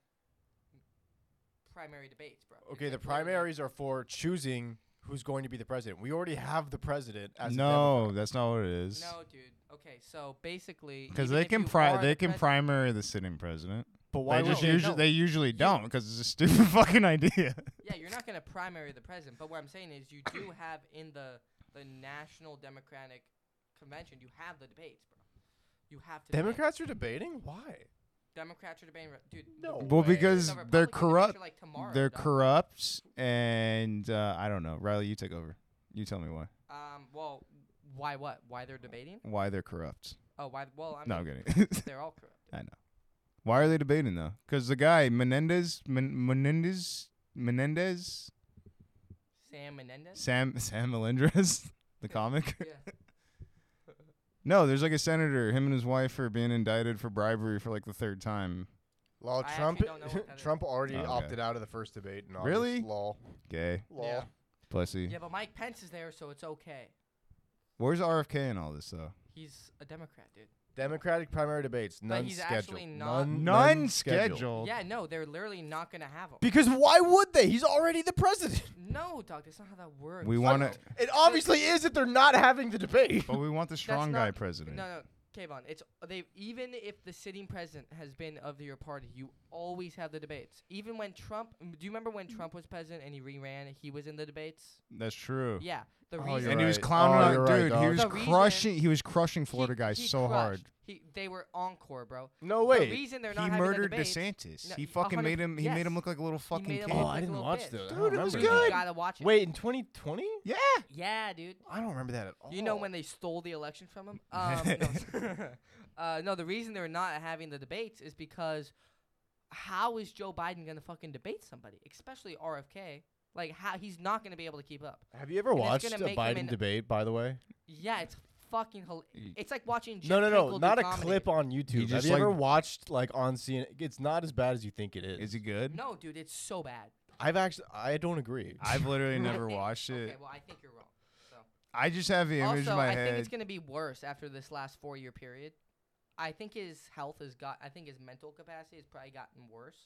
Speaker 3: primary debates, bro. It's
Speaker 1: Okay, the
Speaker 3: like voting up-
Speaker 1: primaries are for choosing who's going to be the president. We already have the president as A
Speaker 2: No,
Speaker 1: Democrat.
Speaker 2: that's not what it is.
Speaker 3: No, dude. Okay, so basically,
Speaker 2: Because
Speaker 3: even
Speaker 2: they
Speaker 3: if
Speaker 2: can
Speaker 3: you
Speaker 2: pri-
Speaker 3: are
Speaker 2: they
Speaker 3: the
Speaker 2: can
Speaker 3: pres-
Speaker 2: primary the sitting president.
Speaker 1: but why
Speaker 2: they
Speaker 1: would
Speaker 2: just
Speaker 1: they?
Speaker 2: usually
Speaker 1: No.
Speaker 2: they usually don't because it's a stupid [LAUGHS] fucking idea.
Speaker 3: Yeah, you're not gonna primary the president. But what I'm saying is, you do [COUGHS] have in the the National Democratic Convention, you have the debates, bro. You have to. debate.
Speaker 1: Democrats are debating. Why?
Speaker 3: Democrats are debating, re- dude.
Speaker 1: No
Speaker 3: the
Speaker 2: Well,
Speaker 1: way.
Speaker 2: because
Speaker 3: Republican
Speaker 2: they're
Speaker 3: debates are,
Speaker 2: corrupt.
Speaker 3: Like tomorrow,
Speaker 2: They're
Speaker 3: dog.
Speaker 2: corrupt, and uh, I don't know. Riley, you take over. You tell me why.
Speaker 3: Um. Well, why what? Why they're debating?
Speaker 2: Why they're corrupt?
Speaker 3: Oh, why? Well, I mean,
Speaker 2: No, I'm kidding. [LAUGHS]
Speaker 3: they're all corrupt.
Speaker 2: I know. Why are they debating though? Because the guy Menendez, Men- Menendez, Menendez,
Speaker 3: Sam Menendez.
Speaker 2: Sam [LAUGHS] Sam Melendres, [LAUGHS] the comic.
Speaker 3: yeah.
Speaker 2: No, there's like a senator. Him and his wife are being indicted for bribery for like the third time.
Speaker 1: Law
Speaker 3: I
Speaker 1: Trump.
Speaker 3: actually don't know what that is.
Speaker 1: Trump already
Speaker 2: Oh, okay.
Speaker 1: opted out of the first debate. In August.
Speaker 2: Really?
Speaker 1: Law.
Speaker 2: Gay,
Speaker 1: Law.
Speaker 3: Yeah.
Speaker 2: bless you.
Speaker 3: Yeah, but Mike Pence is there, so it's okay.
Speaker 2: Where's RFK in all this though?
Speaker 3: He's a Democrat, dude.
Speaker 1: Democratic primary debates. None
Speaker 3: he's
Speaker 1: scheduled.
Speaker 3: actually not-
Speaker 1: none,
Speaker 3: Yeah, no, they're literally not gonna have him.
Speaker 1: Because why would they? He's already the president.
Speaker 3: No, dog, that's not how that works.
Speaker 2: We want
Speaker 3: [LAUGHS]
Speaker 2: to,
Speaker 1: It obviously is that they're not having the debate.
Speaker 2: but we want the strong guy
Speaker 3: not-
Speaker 2: president.
Speaker 3: No, no, Kayvon. It's they. Even if the sitting president has been of your party, you always have the debates. Even when Trump, m- do you remember when Trump was president and he reran? He was in the debates.
Speaker 2: That's true.
Speaker 3: Yeah, the
Speaker 1: Oh,
Speaker 3: reason
Speaker 1: you're
Speaker 2: And he was
Speaker 1: right.
Speaker 2: clowning
Speaker 1: Oh,
Speaker 2: out,
Speaker 1: you're right,
Speaker 2: dude.
Speaker 1: dog.
Speaker 2: he was
Speaker 3: The reason-
Speaker 2: crushing. He was crushing
Speaker 3: he-
Speaker 2: Florida guys
Speaker 3: he
Speaker 2: so
Speaker 3: crushed.
Speaker 2: hard.
Speaker 3: He, they were encore, bro.
Speaker 1: No
Speaker 3: The
Speaker 1: way.
Speaker 3: reason they're
Speaker 2: he
Speaker 3: not having
Speaker 2: murdered
Speaker 3: the debates.
Speaker 2: DeSantis.
Speaker 3: No,
Speaker 2: he
Speaker 3: a
Speaker 2: fucking
Speaker 3: hundred-
Speaker 2: made him. He
Speaker 3: yes.
Speaker 2: made him look like a little
Speaker 3: He made
Speaker 2: fucking
Speaker 3: him
Speaker 2: kid.
Speaker 3: look
Speaker 1: Oh,
Speaker 3: like
Speaker 1: I
Speaker 3: a
Speaker 1: didn't
Speaker 3: little
Speaker 1: watch
Speaker 3: bitch.
Speaker 1: that. I
Speaker 2: Dude,
Speaker 1: don't
Speaker 2: it was
Speaker 1: remember
Speaker 3: You
Speaker 1: that.
Speaker 2: good.
Speaker 3: gotta watch it.
Speaker 1: Wait, in 2020?
Speaker 2: yeah.
Speaker 3: [LAUGHS] Yeah, dude.
Speaker 1: I don't remember that at all.
Speaker 3: You know when they stole the election
Speaker 2: [LAUGHS]
Speaker 3: from him? Um, no. uh, no, the reason they're not having the debates is because how is Joe Biden going to fucking debate somebody, especially RFK? Like, how he's not going to be able to keep up.
Speaker 1: Have you ever
Speaker 3: And it's
Speaker 1: watched a
Speaker 3: gonna make him
Speaker 1: Biden
Speaker 3: an-
Speaker 1: debate? By the way,
Speaker 3: Yeah, it's fucking. Hel-
Speaker 2: Y-
Speaker 3: it's like watching. Jim
Speaker 1: no, no,
Speaker 3: Hinkle
Speaker 1: no,
Speaker 3: do
Speaker 1: not a
Speaker 3: comedy.
Speaker 1: clip on YouTube. Have
Speaker 2: just,
Speaker 1: you ever
Speaker 2: like-
Speaker 1: watched like on CNN? It's not as bad as you think it is.
Speaker 2: Is he good?
Speaker 3: No, dude, it's so bad.
Speaker 1: I've actually, I don't agree.
Speaker 2: [LAUGHS] I've literally
Speaker 3: I
Speaker 2: never
Speaker 3: [LAUGHS] think-
Speaker 2: watched it.
Speaker 3: Okay, well, I think you're wrong. So
Speaker 2: I just have the image
Speaker 3: also,
Speaker 2: in my
Speaker 3: I
Speaker 2: head.
Speaker 3: think it's gonna be worse after this last four year period. I think his health has got. I think his mental capacity has probably gotten worse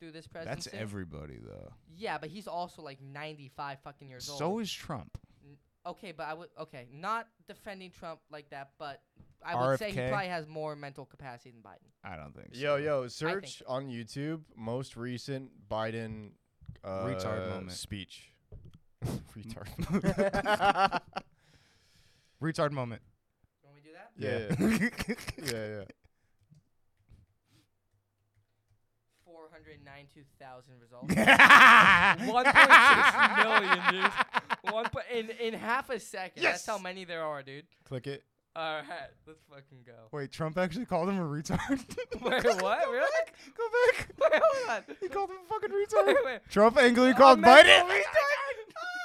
Speaker 3: through this presidency.
Speaker 2: That's everybody though.
Speaker 3: Yeah, but he's also like ninety five fucking years old.
Speaker 2: So is Trump.
Speaker 3: Okay, but I would okay, not defending Trump like that, but I would say
Speaker 2: RFK?
Speaker 3: he probably has more mental capacity than Biden.
Speaker 2: I don't think.
Speaker 1: [LAUGHS] Yo,
Speaker 2: so.
Speaker 1: yo, search on YouTube most recent Biden uh,
Speaker 2: Retard moment.
Speaker 1: speech.
Speaker 2: [LAUGHS]
Speaker 1: Retard.
Speaker 2: Retard moment.
Speaker 1: [LAUGHS]
Speaker 3: You want me to do
Speaker 5: [LAUGHS]
Speaker 1: yeah.
Speaker 3: that?
Speaker 1: Yeah, yeah.
Speaker 3: Four hundred nine two
Speaker 2: [LAUGHS]
Speaker 3: thousand results. One point six million, dude. One point in in half a second. That's how many there are, dude.
Speaker 1: Click it.
Speaker 3: All right, let's fucking
Speaker 2: [LAUGHS]
Speaker 3: go.
Speaker 2: Wait, Trump actually called him a retard.
Speaker 3: [LAUGHS] Wait, what? Really?
Speaker 2: Go back.
Speaker 3: Wait, hold on.
Speaker 2: He called him a
Speaker 3: [LAUGHS]
Speaker 2: fucking
Speaker 3: Wait,
Speaker 2: retard.
Speaker 3: wait. Oh,
Speaker 2: Trump angrily
Speaker 3: A
Speaker 2: called
Speaker 3: mental
Speaker 2: Biden. [LAUGHS]
Speaker 3: retard?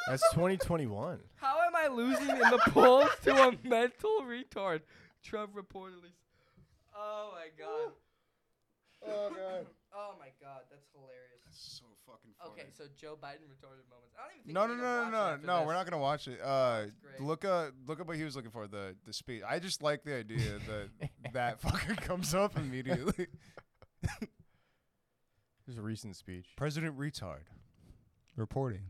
Speaker 1: That's 2021.
Speaker 3: How am I losing in the polls to a mental retard? Trump reportedly. s- Oh my god.
Speaker 1: Oh god.
Speaker 3: Oh my god, that's hilarious.
Speaker 2: So fucking
Speaker 3: Okay, so Joe Biden retarded moments. I don't even think
Speaker 2: No,
Speaker 3: we
Speaker 2: no,
Speaker 3: need to
Speaker 2: no,
Speaker 3: watch
Speaker 2: no,
Speaker 3: it after
Speaker 2: no, no.
Speaker 3: this.
Speaker 2: We're not gonna watch it. Uh,
Speaker 3: That's great.
Speaker 2: look up, look up what he was looking for. The the speech. I just like the idea
Speaker 3: [LAUGHS]
Speaker 2: that that fucker comes up immediately.
Speaker 1: There's a recent speech.
Speaker 2: President retard, reporting.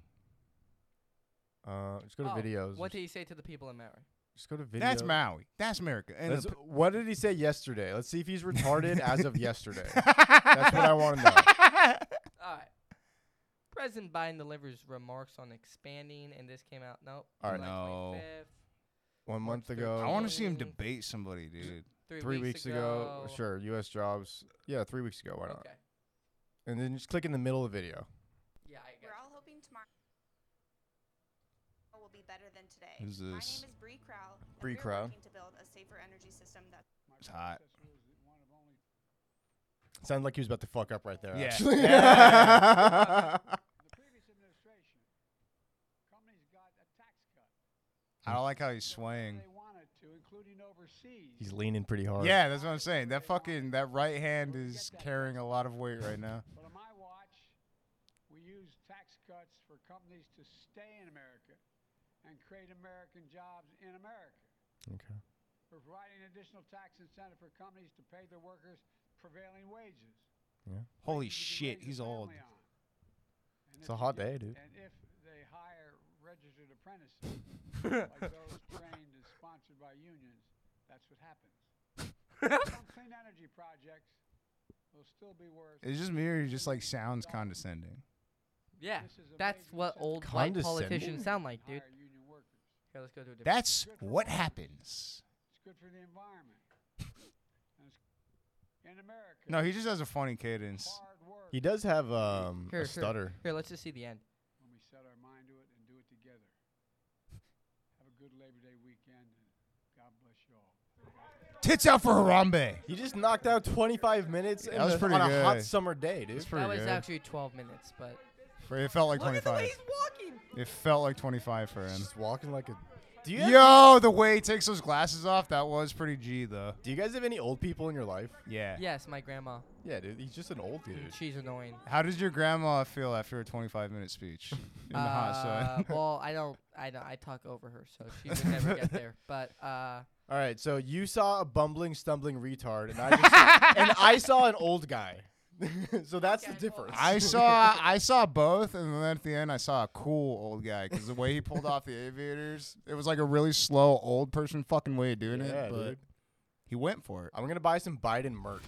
Speaker 1: Uh, just go to
Speaker 3: Oh,
Speaker 1: videos.
Speaker 3: What did he say to the people in Maori?
Speaker 1: just go to videos.
Speaker 2: That's Maui. That's America. And
Speaker 1: Let's-
Speaker 2: the p-
Speaker 1: what did he say yesterday? Let's see if he's retarded as of yesterday. That's
Speaker 2: [LAUGHS]
Speaker 1: what I want to know.
Speaker 3: All right. President Biden delivers remarks on expanding, and this came out. Nope.
Speaker 1: All right.
Speaker 3: July
Speaker 2: No.
Speaker 3: 25th,
Speaker 1: One month
Speaker 3: March
Speaker 1: ago,
Speaker 2: I want to see him
Speaker 3: Mm.
Speaker 2: debate somebody, dude.
Speaker 3: Three,
Speaker 1: three weeks ago. Sure, U.S. jobs. Yeah, three weeks ago. Why not?
Speaker 3: Okay.
Speaker 1: And then just click in the middle of the video.
Speaker 3: Yeah, I
Speaker 6: We're
Speaker 3: got
Speaker 6: all hoping tomorrow will be better than today.
Speaker 2: Who's
Speaker 6: My
Speaker 2: this?
Speaker 6: name is Bree Crowell. and
Speaker 1: Bree
Speaker 6: we're
Speaker 1: Crowell.
Speaker 6: working to build a safer energy system that
Speaker 2: It's hot.
Speaker 1: Sounds like he was about to fuck up right there.
Speaker 2: Yeah.
Speaker 1: Actually.
Speaker 2: I don't like how he's swaying.
Speaker 1: [LAUGHS] He's leaning pretty hard.
Speaker 2: Yeah, that's what I'm saying. That fucking that right hand is carrying a lot of weight right now.
Speaker 7: But on my watch, we used tax cuts for companies to stay in America and create American jobs in America.
Speaker 1: Okay.
Speaker 7: We're providing additional tax incentive for companies to pay their workers prevailing wages.
Speaker 2: Holy
Speaker 7: wages you can
Speaker 2: shit,
Speaker 7: raise a
Speaker 2: he's old.
Speaker 7: family on. And
Speaker 1: It's
Speaker 7: if
Speaker 1: a
Speaker 7: they
Speaker 1: hot
Speaker 7: get-
Speaker 1: day, dude.
Speaker 7: And if they hire registered apprentices,
Speaker 2: [LAUGHS]
Speaker 7: like those trained and sponsored by unions, that's what happens.
Speaker 2: [LAUGHS]
Speaker 7: Some clean energy projects will still be worth.
Speaker 2: It's just me or he just like sounds condescending.
Speaker 3: Yeah,
Speaker 7: This is a
Speaker 3: that's
Speaker 7: major
Speaker 3: what
Speaker 7: setback.
Speaker 3: old white
Speaker 1: Condescending?
Speaker 3: politicians sound like, dude.
Speaker 7: Hire union workers.
Speaker 3: Here, let's go to a different.
Speaker 2: That's what happens.
Speaker 7: It's good for
Speaker 2: [LAUGHS]
Speaker 7: the environment. And it's- in America,
Speaker 2: No, he just has a funny cadence.
Speaker 7: hard work
Speaker 1: He does have um,
Speaker 3: Here,
Speaker 1: a
Speaker 3: here.
Speaker 1: stutter.
Speaker 3: Here, let's just see the end.
Speaker 7: when we set our mind to it and do it together. [LAUGHS] Have a good Labor Day weekend, and God bless you all.
Speaker 2: Tits out for Harambe.
Speaker 1: He just knocked out 25 minutes
Speaker 2: That
Speaker 1: in
Speaker 2: was
Speaker 1: the-
Speaker 2: pretty
Speaker 1: on a hot
Speaker 2: good.
Speaker 1: summer day, dude.
Speaker 3: That was
Speaker 2: good.
Speaker 3: actually 12 minutes, but
Speaker 2: For- It felt like
Speaker 3: look at the
Speaker 2: 25.
Speaker 3: way he's walking.
Speaker 2: It felt like 25 for him.
Speaker 1: Just walking like a. Do you, have-
Speaker 2: Yo, the way he takes those glasses off, that was pretty G though.
Speaker 1: do you guys have any old people in your life?
Speaker 2: Yeah.
Speaker 3: Yes, my grandma.
Speaker 1: Yeah, dude. He's just an old dude.
Speaker 3: She's annoying.
Speaker 2: How does your grandma feel after a 25 minute speech in the hot
Speaker 3: Uh,
Speaker 2: [LAUGHS] sun?
Speaker 3: well, I don't, I don't, I talk over her, so she would never
Speaker 2: [LAUGHS]
Speaker 3: get there. But uh,
Speaker 1: All right, so you saw a bumbling, stumbling retard, and I
Speaker 3: [LAUGHS]
Speaker 1: just, and I saw an old guy. [LAUGHS] so that's the difference.
Speaker 2: I saw I saw both, and then at the end I saw a cool old guy because the way he pulled off the aviators, it was like a really slow old person fucking way of doing
Speaker 1: Yeah,
Speaker 2: it. But
Speaker 1: dude.
Speaker 2: he went for it.
Speaker 1: I'm gonna buy some Biden merch.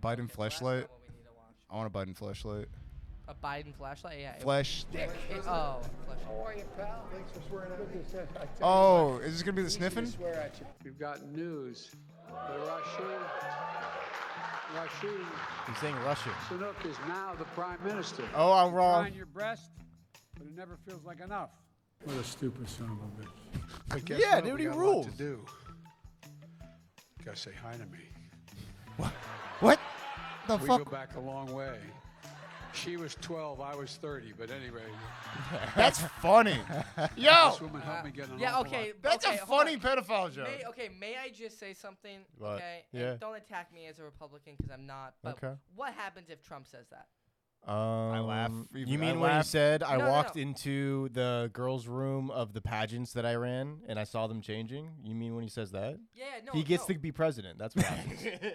Speaker 2: Biden
Speaker 3: that's not
Speaker 2: fleshlight.
Speaker 3: what we need to watch.
Speaker 2: I want a Biden fleshlight.
Speaker 3: A Biden flashlight, yeah. it-
Speaker 2: Flesh.
Speaker 3: it- oh, flashlight.
Speaker 2: Oh, is this gonna be the sniffing?
Speaker 7: We've got news. The Rashid, Rashid
Speaker 1: He's saying
Speaker 2: [LAUGHS]
Speaker 1: Russian.
Speaker 7: Sunak is now the prime minister.
Speaker 1: Oh, I'm wrong.
Speaker 7: Find your breast, but it never feels like enough. What a stupid son of a bitch. But guess
Speaker 1: Yeah,
Speaker 7: what?
Speaker 1: dude,
Speaker 7: We
Speaker 1: he
Speaker 7: got a lot
Speaker 1: rules.
Speaker 7: To do. Gotta say hi to me.
Speaker 2: What? The
Speaker 7: We go
Speaker 2: fuck?
Speaker 7: back a long way. She was 12, I was 30, but anyway,
Speaker 2: That's funny. Yo,
Speaker 7: this woman helped me get an
Speaker 3: Yeah,
Speaker 7: awful
Speaker 3: okay.
Speaker 7: lot.
Speaker 2: that's
Speaker 3: okay,
Speaker 2: a
Speaker 3: hold
Speaker 2: funny
Speaker 3: on.
Speaker 2: pedophile [LAUGHS] joke.
Speaker 3: May, okay, may I just say something?
Speaker 1: What?
Speaker 3: Okay,
Speaker 1: Yeah.
Speaker 3: and don't attack me as a Republican because I'm not. But
Speaker 1: Okay.
Speaker 3: what happens if Trump says that?
Speaker 1: Um,
Speaker 2: laugh even-
Speaker 1: You
Speaker 2: I
Speaker 1: mean when
Speaker 2: laugh-
Speaker 1: he said I
Speaker 3: No, no,
Speaker 1: walked
Speaker 3: no.
Speaker 1: into the girls' room of the pageants that I ran and I saw them changing? You mean when he says that?
Speaker 3: Yeah, no.
Speaker 1: he gets
Speaker 3: no.
Speaker 2: [LAUGHS]
Speaker 1: to be president. That's what happens.